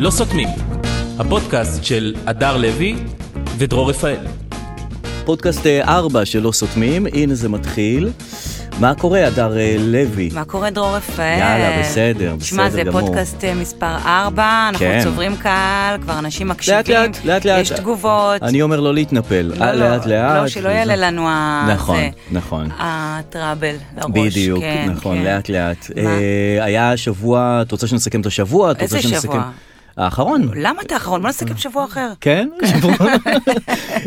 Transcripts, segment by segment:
לא סותמים, הפודקאסט של הדר לוי ודרור רפאל. פודקאסט אה, ארבע שלא סותמים, הנה זה מתחיל. מה קורה, הדר אה, לוי? מה קורה דרור רפאל? יאללה, בסדר, שמע, בסדר זה גמור. פודקאסט אה, מספר 4, אנחנו כן. צוברים קהל, כבר אנשים מקשיבים. לאט לאט, לאט לאט. יש תגובות. אני אומר לא להתנפל, אה, לאט לאט. לא, שלא יעלה לנו ה... נכון, זה, נכון. הטראבל לראש. בדיוק, כן, נכון, כן. לאט לאט. מה? אה, היה שבוע, את רוצה שנסכם את השבוע? את רוצה איזה שנסכם- שבוע? לא. האחרון. למה אתה אחרון? בוא נסכם שבוע אחר. כן? שבוע.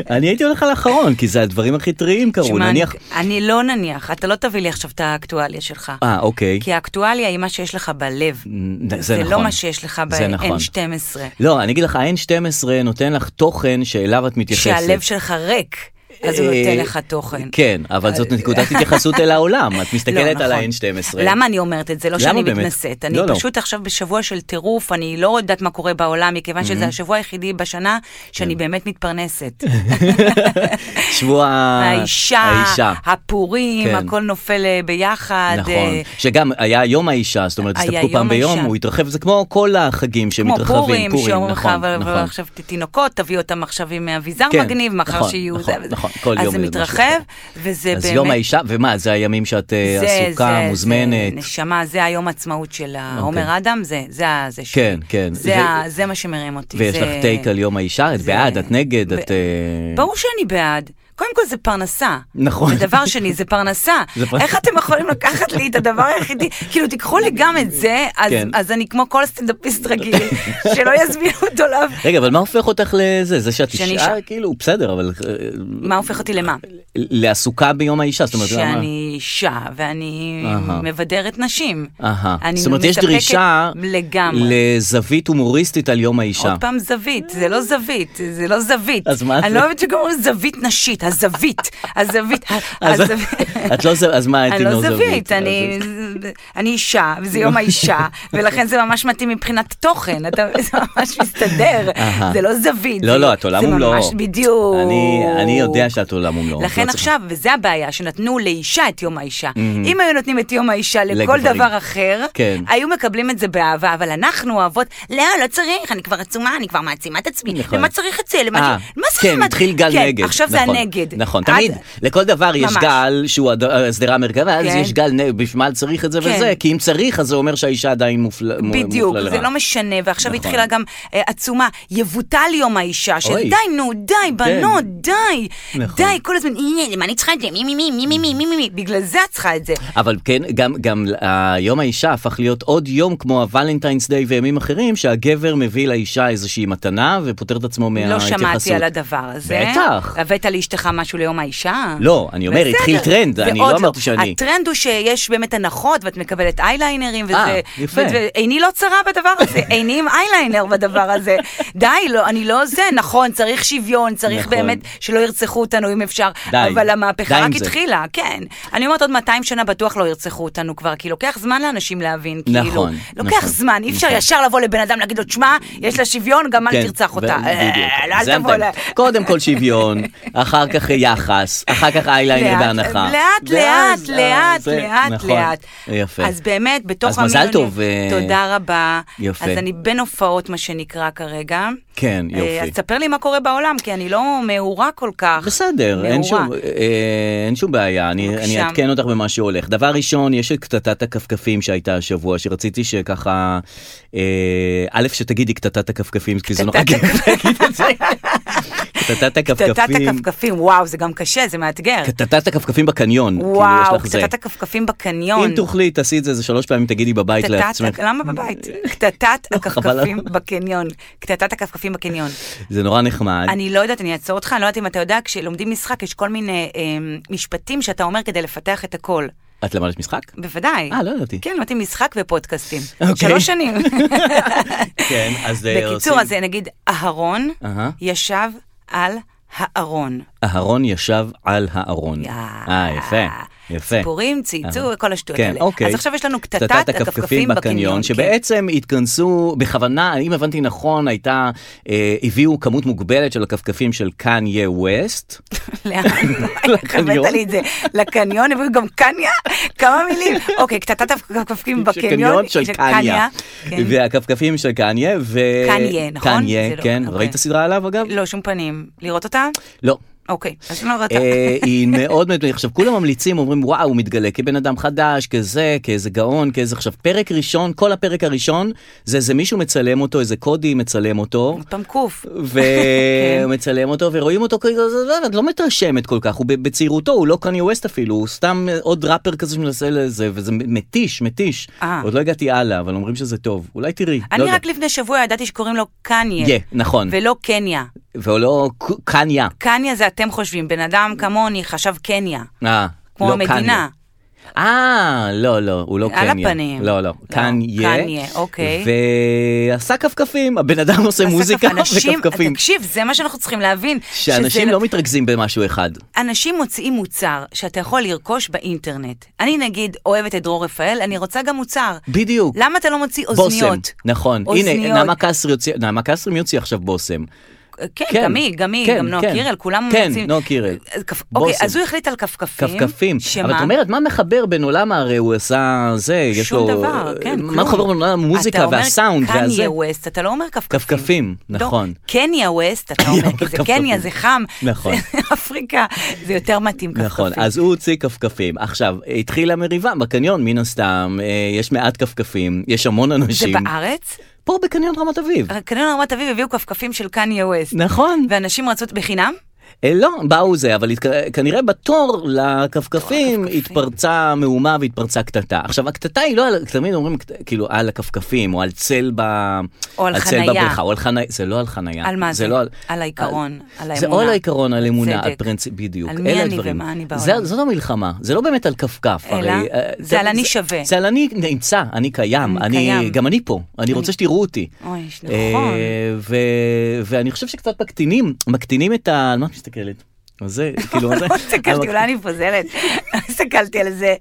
אני הייתי הולך על האחרון, כי זה הדברים הכי טריים קרו, שמע, נניח... אני לא נניח, אתה לא תביא לי עכשיו את האקטואליה שלך. אה, אוקיי. כי האקטואליה היא מה שיש לך בלב. זה זה נכון. לא מה שיש לך זה נכון. ב-N12. לא, אני אגיד לך, ה-N12 נותן לך תוכן שאליו את מתייחסת. שהלב שלך ריק, אז הוא אה, נותן לך תוכן. אה, כן, אבל זאת נקודת התייחסות אל העולם, את מסתכלת לא, על נכון. ה-N12. למה אני אומרת את זה? לא למה שאני באמת? מתנשאת. אני לא, לא. פשוט עכשיו בשבוע של טירוף, אני לא יודעת מה קורה בעולם, מכיוון Mhm. שזה השבוע היחידי בשנה כן. שאני באמת מתפרנסת. שבוע האישה, הפורים, אה, כן. הכל נופל אה, ביחד. נכון, אה, שגם היה יום האישה, זאת אומרת, היה הסתפקו פעם יום ביום, האישה. הוא התרחב, זה כמו כל החגים כמו שמתרחבים, פורים, שאומרים לך, נכון, אבל אבל נכון. עכשיו ת- תינוקות, תביא אותם עכשיו עם אביזר כן, מגניב, מחר נכון, שיהיו... נכון, זה- נכון, כל יום אז זה זה משהו מתרחב, וזה אז באמת... יום האישה, ומה, זה הימים שאת אה, זה- עסוקה, זה- מוזמנת. זה, נשמה, זה היום עצמאות של אוקיי. עומר אדם, זה, זה, ה- זה שלי. כן, כן. זה, ו- ה- זה מה שמרים אותי. ויש זה... לך טייק על יום האישה, את זה- בעד, את נגד, ב- את... אה, ברור שאני בעד. קודם כל זה פרנסה. נכון. ודבר שני, זה פרנסה. זה פרנסה. איך אתם יכולים לקחת לי את הדבר היחידי? כאילו, תיקחו לי גם את זה, אז, כן. אז אני כמו כל סטנדאפיסט רגיל, שלא יזמינו אותו לאף... רגע, אבל מה הופך אותך לזה? זה שאת שאני אישה, אישה. כאילו, בסדר, אבל... אה, מה הופך אותי למה? לעסוקה ביום האישה, זאת אומרת, למה? שאני אישה, ואני אהה. מבדרת נשים. אהה. אני לא זאת אומרת, יש מספקת דרישה לגמרי. לזווית הומוריסטית על יום האישה. עוד פעם זווית, זה לא זווית, זה לא זווית. אז מה אני זה? לא אוהבת שגם אומרים זווית נשית, הזווית, הזווית, אז הזווית. את לא זו- אז מה, את אני עם לא זווית, זווית, אז- אני אני אישה, וזה יום האישה, ולכן זה ממש מתאים מבחינת תוכן, אתה- זה ממש מסתדר, אהה. זה לא זווית. לא, זה- לא, את עולם ומלואו. זה ממש בדיוק. אני- אני יודע שאת עולם ומלואו. את לא כאילו- לכן צריכה- עכשיו, וזו הבעיה, שנתנו לאישה את יום האישה. אם היו נותנים את יום האישה לכל לגברים. דבר אחר, כן. היו מקבלים את זה באהבה, אבל אנחנו אוהבות, לא, לא צריך, אני כבר עצומה, אני כבר מעצימה את עצמי, נכון. למה צריך את זה? למה אה, מה זה? כן, למה- התחיל גל כן, נגד. עכשיו זה נכון, הנגד. נכון, עד- תמיד. לכל דבר יש ממש. גל שהוא הד- השדרה המרכבה, ואז כן. יש גל נגד, בשביל מה צריך את זה כן. וזה? כי אם צריך, אז זה אומר שהאישה עדיין מופל- מ- מופלה בדיוק, לרעה. זה לא משנה, ועכשיו נכון. התחילה גם אה, עצומה, יבוטל יום האישה, של אוי. כן. די, נו, די, בנות, די, נכון. די, כל הזמן, "אה, למה אני צריכה את זה? מי, מי, מי, מי, מי, מי, מי, מי, מי, בגלל זה את צריכה את זה. אבל כן, גם, גם אה, יום האישה הפך להיות עוד יום כמו הוולנטיינס דיי וימים אחרים, שהגבר מביא לאישה איזושהי מתנה ופוטר את עצמו לא מההתייחסות. שמעתי על הדבר הזה. בטח. הבאת לאשתך משהו ליום האישה? לא, אני אומר, בסדר. אה, התחיל טרנד, זה אני עוד לא אמרתי שאני- הטרנד הוא שיש באמת הנחות, ואת מקבלת אייליינרים, וזה... אה, יפה. ו- ועיני לא צרה בדבר הזה, עיני עם אייליינר בדבר הזה. די, לא, אני לא זה, נכון, צריך שוויון, צריך נכון. באמת שלא ירצחו אותנו אם אפשר, די, אבל די המהפכה עם רק זה. התחילה, כן. אני אומרת, עוד 200 שנה בטוח לא ירצחו אותנו כבר, כי לוקח זמן לאנשים להבין, נכון, כאילו. לוקח נכון, זמן, אי אפשר נכון. ישר לבוא לבן אדם להגיד לו, תשמע, יש לה שוויון, גם אל כן, תרצח ו- אותה. בדיוק. אה, לא, אל זה תבוא המטרה. ל... קודם כל שוויון, אחר כך יחס, אחר כך אייליינר לאט, בהנחה. לאט, ואז, לאט, לאט, אה, זה, לאט, נכון. לאט. יפה. אז באמת, בתוך אז מזל המיליונים- טוב, אה, תודה רבה. יפה. אז אני בין הופעות, מה שנקרא כרגע. כן, אה, יופי. אז תספר לי מה קורה בעולם, כי אני לא מעורה כל כך. בסדר, אין מעורה. שום, אה, אין שום בעיה, אני, בבקשה. אני אעדכן אותך במה שהולך. דבר ראשון, יש את קטטת הכפכפים שהייתה השבוע, שרציתי שככה, אה, א', שתגידי קטטת הכפכפים, כי זה נורא קטטת כיף להגיד את זה. קטטת קטטת הכפכפים. הכפכפים, וואו, זה גם קשה, זה מאתגר. קטטת הכפכפים בקניון. כאילו, יש וואו, לך זה. קטטת הכפכפים בקניון. אם תוכלי, תעשי את זה איזה שלוש פעמים, תגידי בבית קטטת- לעצמך. למה בבית? קטטת חבל הכפכפים על- בקניון. קטטת הכפכפים בקניון. זה נורא נחמד. אני לא יודעת, אני אעצור אותך, אני לא יודעת אם אתה יודע, כשלומדים משחק יש כל מיני אה, משפטים שאתה אומר כדי לפתח את הקול. את למדת משחק? בוודאי. אה, לא ידעתי. כן, למדתי משחק ופודקאסטים. אוקיי. שלוש שנים. כן, אז אה, בקיצור, עושים- אז נגיד אהרון אהה. ישב על הארון. אהרון ישב על הארון. יאה. אה, יפה. יפה. סיפורים, צייצו, אה. כל השטויות כן, האלה. אוקיי. אז עכשיו יש לנו קטטת הכפכפים בקניון. כן. שבעצם התכנסו בכוונה, אם הבנתי נכון, הייתה, אה, הביאו כמות מוגבלת של הכפכפים של קניה ווסט. לאן? לקניון? הבאת לי את זה. לקניון, הביאו גם קניה? כמה מילים. אוקיי, קטטת הכפכפים של בקניון. אה, קניון של קניה. כן. והכפכפים של קניה, ו... קניה, נכון? קניה, זה לא- כן. אוקיי. ראית סדרה עליו אגב? לא, שום פנים. לראות אותה? לא. אוקיי, אז לא ראתה. אה, היא מאוד מאוד, עכשיו כולם ממליצים, אומרים וואו, הוא מתגלה כבן אדם חדש, כזה, כאיזה גאון, כאיזה, עכשיו פרק ראשון, כל הפרק הראשון, זה איזה מישהו מצלם אותו, איזה קודי מצלם אותו. עוד פעם קוף. לא כן. ומצלם אותו ורואים אותו כאילו זה- זה- את לא מתרשמת כל כך הוא ב- בצעירותו הוא לא קני ווסט אפילו הוא סתם עוד ראפר כזה שמנסה לזה וזה מתיש מתיש אה. עוד לא הגעתי הלאה אבל אומרים שזה טוב אולי תראי לא אני יודע. רק לפני שבוע ידעתי שקוראים לו קניה. יה, נכון ולא קניה. ולא ק- קניה קניה זה אתם חושבים, בן אדם כמוני חשב קניה. אה, כמו לא המדינה. קניה. אה, לא, לא, הוא לא על קניה. הפנים. לא, לא, קניה. קניה, אוקיי. ועשה כפכפים, הבן אדם עושה אז מוזיקה אנשים- וכפכפים. תקשיב, זה מה שאנחנו צריכים להבין. שזה- שאנשים לא מתרכזים במשהו אחד. אנשים מוצאים מוצר שאתה יכול לרכוש באינטרנט. אני נגיד אוהבת את דרור רפאל, אני רוצה גם מוצר. בדיוק. למה אתה לא מוציא אוזניות? בושם, נכון. אוזניות. הנה, נעמה קסרי יוציא, נעמה קסרי מי יוציא עכשיו בושם? כן, כן, גם היא, גם היא, כן, גם נועה כן. קירל, כולם כן, מוצאים. נועה קירל. אז כפ- אוקיי, בושם. אז הוא החליט על כפכפים. כפכפים. אבל את שמה? אומרת, מה מחבר בין עולם, הרי הוא עשה זה, יש שום לו... אה, דבר, כן, כלום. מה מחבר בין עולם אתה המוזיקה אומר והסאונד והזה? קניה ווסט, אתה לא אומר כפכפים. כפכפים, לא, נכון. קניה ווסט, אתה אומר, כי זה כפכפים. קניה, זה חם. נכון. זה אפריקה, זה יותר מתאים כפכפים. נכון, אז הוא הוציא כפכפים. עכשיו, התחילה מריבה בקניון, מן הסתם, אה, יש מעט כפכפים, יש המון זה אה, אנשים. בארץ? פה בקניון רמת אביב. קניון רמת אביב הביאו כפכפים של קניה ווסט. נכון. ואנשים רצו בחינם? אה, לא, באו זה, אבל התק- כנראה בתור לכפכפים התפרצה מהומה והתפרצה קטטה. עכשיו, הקטטה היא לא, על- תמיד אומרים קט- כאילו על הכפכפים, או על צל ב... או על צל חנייה. בבריכה, או על חניה, זה לא על חניה. על מה זה? לא על... אה, על העיקרון, על זה האמונה. או על העיקרון, על אמונה, על צדק. פרינציפ, בדיוק. על מי אלה אני הדברים. ומה אני בעולם. זה- זאת המלחמה, זה לא באמת על כפכף. אלא? הרי, אה, זה על אני שווה. זה על אני נמצא, אני קיים, אני אני, קיים. גם אני פה, אני רוצה שתראו אותי. אוי, יש- אה, נכון. ו... ואני חושב שקצת מקטינים, מקטינים את ה... על מה את מסתכלת? על זה, כאילו, על זה. לא הסתכלתי, אולי אני פוזלת. לא הסתכלתי על זה.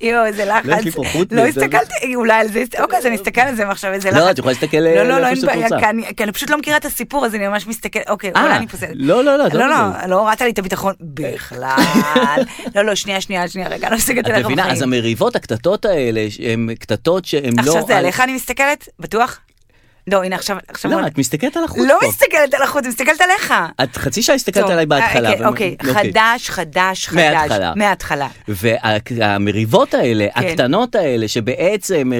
יואו, איזה לחץ. לא, יש לי פה חוט לא וזה- הסתכלתי, אולי על זה. אוקיי, אז אני אסתכל על זה מעכשיו, איזה לחץ. לא, את יכולה להסתכל, לא, אה, לא, לא, איפה אין שאת בעיה, רוצה. כי אני- כי אני פשוט לא מכירה את הסיפור, אז אני ממש מסתכלת. אוקיי, אה, אולי אני פוזלת. לא, לא, לא, את לא לא, לא, פוזלת. לא הורדת לי את הביטחון בכלל. לא, לא, שנייה, שנייה, שנייה, רגע, לא מסתכלת את עליך מבינה? אז בחיים. המריבות, הקטטות האלה, הן קטטות שהן לא... עכשיו זה על- עליך אני מסתכלת? בטוח? לא, הנה עכשיו, עכשיו... לא, בוא- את מסתכלת על החוץ לא פה. מסתכלת על החוץ, מסתכלת עליך. את חצי שעה הסתכלת טוב, עליי בהתחלה. אוקיי, ואמרתי, אוקיי, חדש, חדש, חדש. מההתחלה. מההתחלה. והמריבות האלה, כן. הקטנות האלה, שבעצם אה,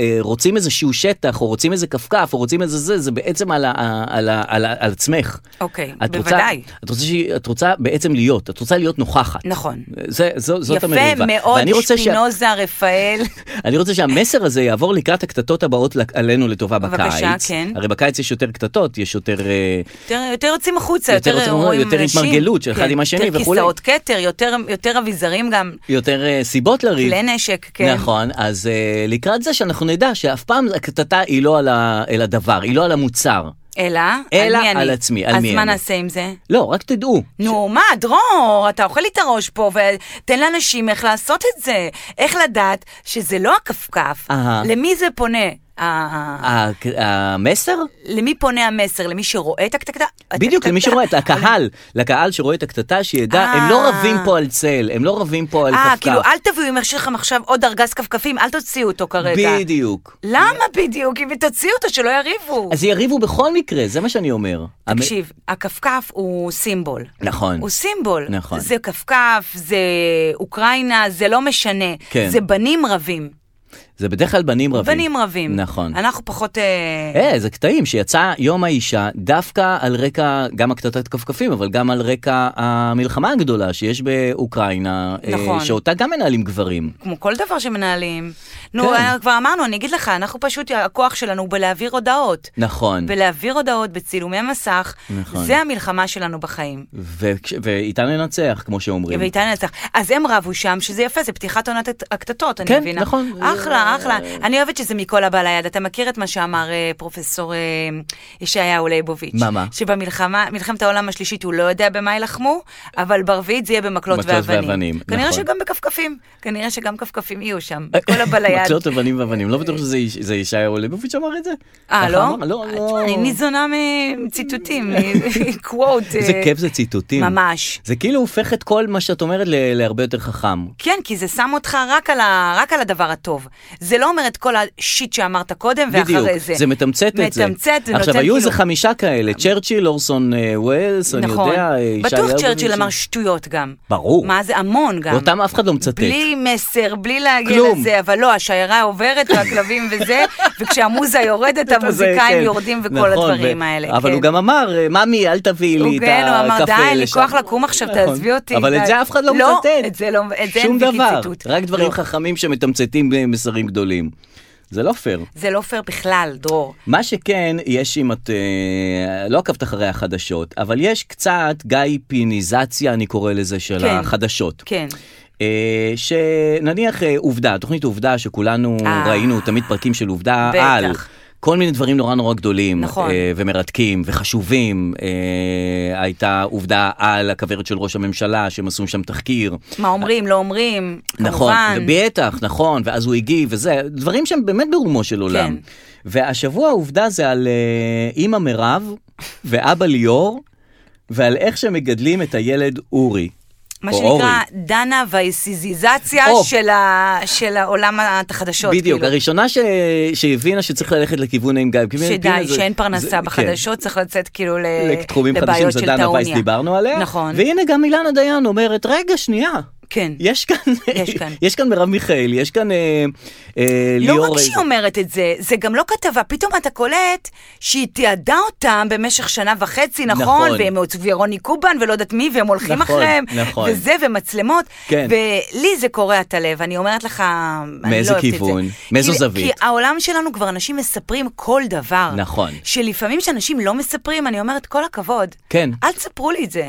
אה, רוצים איזשהו שטח, או רוצים איזה כפכף, או רוצים איזה זה, זה בעצם על, ה, על, ה, על, ה, על עצמך. אוקיי, את בוודאי. רוצה, את, רוצה שהיא, את רוצה בעצם להיות, את רוצה להיות נוכחת. נכון. זה, זו, זאת יפה המריבה. מאוד, ואני רוצה שפינוזה, רפאל. אני רוצה שהמסר הזה יעבור לקראת הקטטות הבאות לק- עלינו לטובה בקיץ. בבקשה, כן. הרי בקיץ יש יותר קטטות, יש יותר... אה, יותר- יותר יוצאים החוצה, יותר יותר יוצאים- רואים יותר אנשים. התמרגלות של אחד כן, עם השני יותר וכולי. כיסאות כתר, יותר- יותר אביזרים גם, יותר אה, סיבות לריב. כלי נשק, כן. נכון, אז אה, לקראת זה שאנחנו נדע שאף פעם הקטטה היא לא על, ה, אל הדבר, היא לא על המוצר. אלא, אלא מי אני? על עצמי, על מי אז מה אני. נעשה עם זה? לא, רק תדעו. נו, מה, דרור, אתה אוכל לי את הראש פה, ותן לאנשים איך לעשות את זה. איך לדעת שזה לא הכפכף, אהה. למי זה פונה? אה, ה- המסר? למי פונה המסר? למי שרואה את הקטקטה? בדיוק, הקטקטה? למי שרואה, את הקהל, לקהל שרואה את הקטטה, שידע, הם לא אה. רבים פה על צל, הם לא רבים פה על אה, כפכף. כאילו, אל תביאו אם יש לכם עכשיו עוד ארגז כפכפים, אל תוציאו אותו כרגע. בדיוק. למה בדיוק? אם תוציאו אותו, שלא יריבו. אז יריבו בכל מקרה, זה מה שאני אומר. המ- תקשיב, הכפכף הוא סימבול. נכון. הוא סימבול. נכון. זה כפכף, זה אוקראינה, זה לא משנה. כן. זה בנים רבים. זה בדרך כלל בנים רבים. בנים רבים. נכון. אנחנו פחות... אה, אה, זה קטעים שיצא יום האישה דווקא על רקע, גם הקטטת כפכפים, אבל גם על רקע המלחמה הגדולה שיש באוקראינה, אה, נכון. שאותה גם מנהלים גברים. כמו כל דבר שמנהלים. נו, כן. אה, כבר אמרנו, אני אגיד לך, אנחנו פשוט, הכוח שלנו הוא בלהעביר הודעות. נכון. בלהעביר הודעות, בצילומי מסך, נכון. זה המלחמה שלנו בחיים. וכש- ואיתה ננצח, כמו שאומרים. ואיתן נצח. אז הם רבו שם, שזה יפה, זה פתיחת עונת הת- הקטטות, אני כן, מבינה. נכון. אחלה, אחלה. אני אוהבת שזה מכל הבא ליד. אתה מכיר את מה שאמר אה, פרופסור אה, ישעיהו ליבוביץ'. מה, מה? שבמלחמה, מלחמת העולם השלישית הוא לא יודע במה יילחמו, אבל ברביעית זה יהיה במקלות מקלות ואבנים. ואבנים, כנראה נכון. אה, שגם בכפכפים. כנראה שגם כפכפים יהיו שם. כל הבא ליד. מקלות אבנים ואבנים, לא בטוח שזה איש- זה ישעיהו ליבוביץ' אמר את זה. אה, ככה לא? אמר, לא, אה, לא. תשמע, אני ניזונה מציטוטים, קוואט. איזה כיף זה ציטוטים. אה, ממש. זה כאילו הופך את כל מה שאת אומרת ל- להרבה יותר חכם. כן, כי זה שם אותך רק על, ה, רק על הדבר הטוב. זה לא אומר את כל השיט שאמרת קודם ואחרי בדיוק, זה. זה מתמצת את זה. מתמצת ונותן עכשיו, היו איזה כאילו- חמישה כאלה, צ'רצ'יל, אורסון אה, ווילס, אני נכון. יודע, אה, ישעיהו בטוח צ'רצ'יל ליבוביץ'. אמר שטויות גם. ברור. מה זה המון גם. ואותם אף אחד לא מצטט. בלי מסר, בלי להגיע כלום. לזה, אבל לא, השיירה עוברת והכלבים וזה, וכשהמוזה יורדת, אתה זה, המוזיקאים כן. יורדים וכל נכון, הדברים ו- האלה. אבל כן. הוא גם אמר, אה, ממי, אל תביאי לי הוא את כן, הקפה הוא אמר, די, לשם. אין לי כוח לקום עכשיו, נכון. תעזבי אותי. אבל את די." זה אף אחד לא לא, מצטט. את זה לא- את זה אין שום ויקי דבר, ציטוט. רק דברים לא. חכמים שמתמצתים אה, מסרים גדולים. זה לא פייר. זה לא פייר בכלל, דרור. מה שכן, יש אם את אה, לא עקבת אחרי החדשות, אבל יש קצת גיא פיניזציה, אני קורא לזה, של כן. החדשות. כן. אה, שנניח אה, עובדה, תוכנית עובדה שכולנו אה. ראינו תמיד פרקים של עובדה בטח. על כל מיני דברים נורא נורא גדולים נכון. אה, ומרתקים וחשובים. אה, הייתה עובדה על הכוורת של ראש הממשלה שהם עשו שם תחקיר. מה אומרים, לא אומרים, נכון, כמובן. בטח, נכון, ואז הוא הגיב וזה, דברים שהם באמת ברומו של עולם. כן. והשבוע העובדה זה על אה, אימא מירב ואבא ליאור ועל איך שמגדלים את הילד אורי. מה או שנקרא אורי. דנה והאיסיזיזציה או. של, ה... של העולם החדשות. בדיוק, כאילו. הראשונה ש... שהבינה שצריך ללכת לכיוון עם כאילו, גיא. שדי, שאין פרנסה בחדשות, צריך לצאת כאילו ל... כן, לתחומים לבעיות חדשים, זה של דנה וייס טעוניה. דיברנו עליה. נכון. והנה גם אילנה דיין אומרת, רגע, שנייה. כן. יש כאן, יש כאן. יש כאן מרב מיכאלי, יש כאן אה, אה, לא ליאור. רק שהיא אומרת את זה, זה גם לא כתבה, פתאום אתה קולט שהיא תיעדה אותם במשך שנה וחצי, נכון? נכון. והם עוד ורוני קובן ולא יודעת מי, והם הולכים נכון, אחריהם, נכון. וזה, ומצלמות, כן. ולי זה קורע את הלב, אני אומרת לך, אני מאיזה לא אוהבת כיוון? את זה. מאיזו כי- זווית? כי העולם שלנו כבר אנשים מספרים כל דבר. נכון. שלפעמים כשאנשים לא מספרים, אני אומרת, כל הכבוד. כן. אל תספרו לי את זה.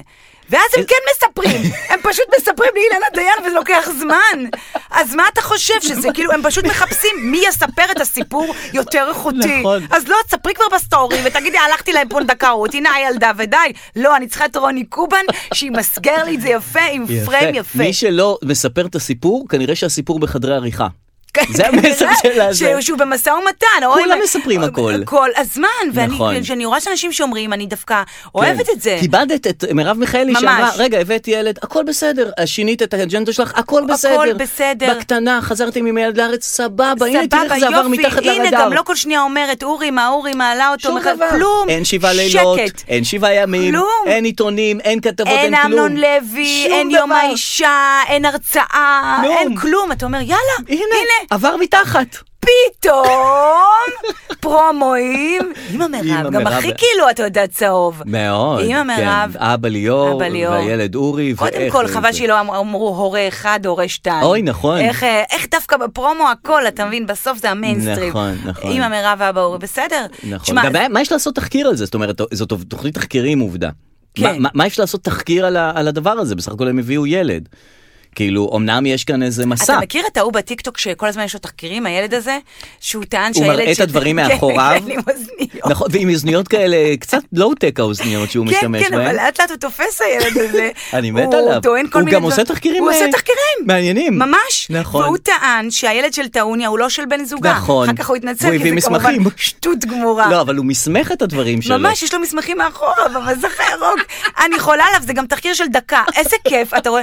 ואז הם כן מספרים, הם פשוט מספרים לאילנה דיין וזה לוקח זמן. אז מה אתה חושב, שזה כאילו, הם פשוט מחפשים מי יספר את הסיפור יותר איכותי. נכון. אז לא, תספרי כבר בסטורי ותגידי, הלכתי לפונדקאות, הנה הילדה ודי. לא, אני צריכה את רוני קובן שימסגר לי את זה יפה, עם פריים יפה. מי שלא מספר את הסיפור, כנראה שהסיפור בחדרי עריכה. כן, זה המסר כנראה שלה, זה. שהוא- שהוא במשא ומתן. או כולם אם- מספרים הכל. כל הזמן, ואני, נכון. כשאני רואה שאנשים שאומרים, אני דווקא אוהבת את זה. כן. כיבדת את מרב מיכאלי ממש. שאמרה, רגע, הבאתי ילד, הכל בסדר, שינית את האג'נדה שלך, הכל בסדר. בסדר. בקטנה, חזרתי עם ילד לארץ, סבבה, הנה תראה סבבה, איך זה עבר יופי, מתחת לרדאר. הנה, גם לא כל שנייה אומרת, אורי, מה אורי, מעלה אותו, שום מחר- דבר. כלום, אין שבעה לילות, שקט. אין שבעה ימים, כלום. אין עיתונים, אין כתבות, אין, אין כלום. אמנון לוי, שום אין יום דבר. האישה, אין הרצאה, כלום. אין כלום. אתה אומר, יאללה, הנה, הנה, עבר מתחת. פתאום פרומואים. אמא מירב, גם מירב. הכי כאילו, אתה יודע, צהוב. מאוד. אמא מירב. כן, אבא ליאור, אבא ליאור. והילד אורי, קודם ואיך כל, זה- חבל שלא אמר- אמרו הורה אחד, הורה שתיים. אוי, נכון. איך, אה, איך דווקא בפרומו הכל, אתה מבין, בסוף זה המיינסטרים. נכון, נכון. אמא מירב ואבא אורי, בסדר. נכון. תשמע, גם מה- מה יש לעשות תחקיר על זה? זאת אומרת, זאת תוכנית תחקירים עובדה. כן. מה- מה- מה יש לעשות תחקיר על ה- על הדבר הזה? בסך הכל הם הביאו ילד. כאילו, אמנם יש כאן איזה מסע. אתה מכיר את ההוא בטיקטוק שכל הזמן יש לו תחקירים, הילד הזה? שהוא טען הוא שהילד... מראה את של- הדברים כן, מאחוריו. כן, עם אוזניות. נכון, ועם אוזניות כאלה, קצת לואו-טק האוזניות שהוא כן, משתמש כן, בהן. אבל לאט לאט הוא תופס הילד הזה. אני מת הוא עליו. טוען כל הוא מיני גם דבר- עושה תחקירים, הוא עושה אה, תחקירים. מעניינים. ממש. נכון. והוא טען שהילד של טעוניה הוא לא של בן זוגה. נכון. אחר כך הוא התנצל, הוא כי הביא זה כמובן מסמכים. שטות גמורה. לא, אבל הוא מסמך את הדברים שלו. ממש, יש לו מסמכים מאחורה, במסך הירוק. אני חולה עליו, זה גם תחקיר של דקה. איזה כיף, אתה רואה?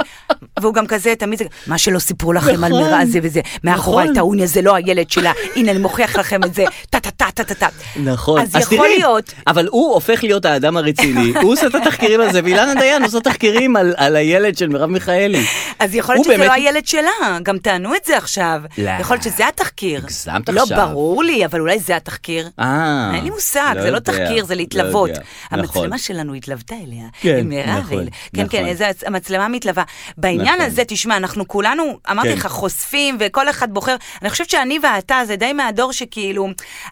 והוא גם כזה, תמיד זה, מה שלא סיפרו לכם על נכון. מירה זה וזה, מאחורי נכון. טעוניה זה לא הילד שלה, הנה אני מוכיח לכם את זה, טה טה טה טה טה טה. נכון. אז יכול תראי, להיות, אבל הוא הופך להיות האדם הרציני, הוא עושה את התחקירים על זה, ואילנה דיין עושה תחקירים על, על הילד של מרב מיכאלי. אז יכול להיות הוא שזה לא באמת- הילד שלה, גם טענו את זה עכשיו. לא. יכול להיות שזה התחקיר. הגזמת לא, עכשיו. ברור לי, אבל אולי זה התחקיר. אה, אין לי מושג, לא זה לא יודע, תחקיר, זה לא להתלוות. יודע. נכון. המצלמה שלנו התלוותה אליה. כן, עם מירב נכון, אל- כן, כן, נכון. איזה הצ- המצלמה מתלווה. בעניין נכון. הזה, תשמע, אנחנו כולנו, אמרתי כן. לך, חושפים, וכל אחד בוחר. אני חושבת שאני ואתה, זה די מהדור שכאילו,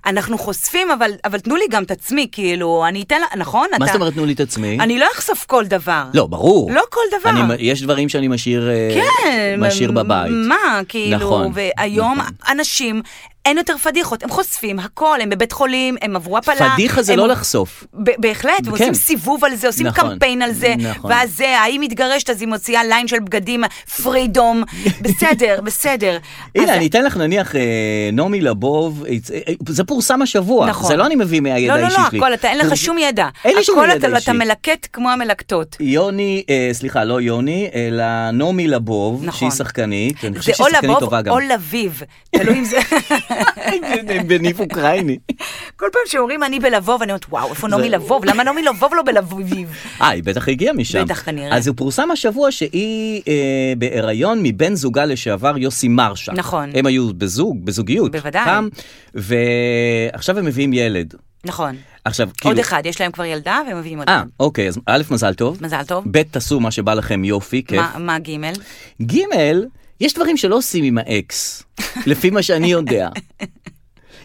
אנחנו חושפים, אבל, אבל תנו לי גם את עצמי, כאילו, אני אתן לה, נכון? מה אתה- זאת אומרת תנו לי את עצמי? אני לא אחשוף כל דבר. לא, ברור. לא כל דבר. אני, יש דברים שאני משאיר, אה, כן, משאיר מ- בבית. מה, כאילו, נכון, והיום נכון. אנשים, אין יותר פדיחות, הם חושפים הכל, הם בבית חולים, הם עברו הפלה. פדיחה זה הם- לא לחשוף. ב- בהחלט, כן. ועושים סיבוב על זה, עושים נכון, קמפיין על זה, נכון. ואז זה, האם מתגרשת אז היא מוציאה ליין של בגדים, פרידום, בסדר, בסדר. אז- הנה, אני אתן לך נניח אה, נעמי לבוב, אה, אה, זה פורסם השבוע, נכון. זה לא אני מביא מהידע לא, לא, האישי לא, שלי. הכל, אתה אין לך זה- שום ידע. אין לי שום ידע הכל אתה- אישי. אתה מלקט כמו המלקטות. יוני, אה, סליחה, לא יוני, אלא נעמי לבוב, נכון. שהיא שחקנית, אני זה חושב או שהיא שחקנית לבוב טובה גם. או לביב, תלוי אם זה... הם בניב אוקראיני. כל פעם שאומרים אני בלבוב, אני אומרת, וואו, איפה נעמי לבוב? למה נעמי לבוב לא בלביב? אה, היא בטח הגיעה משם. בטח, כנראה. אז הוא פורסם השבוע שהיא אה, בהיריון מבן זוגה לשעבר יוסי מרשק. נכון. הם היו בזוג, בזוגיות. בוודאי. פעם, ועכשיו הם מביאים ילד. נכון. עכשיו, כאילו... עוד אחד, יש להם כבר ילדה והם מביאים עוד אה, אחד. אוקיי, אז א', מזל טוב. מזל טוב. ב', תעשו מה שבא לכם יופי, כיף. מה- מה ג' ג', יש דברים שלא עושים עם האקס, לפי מה שאני יודע.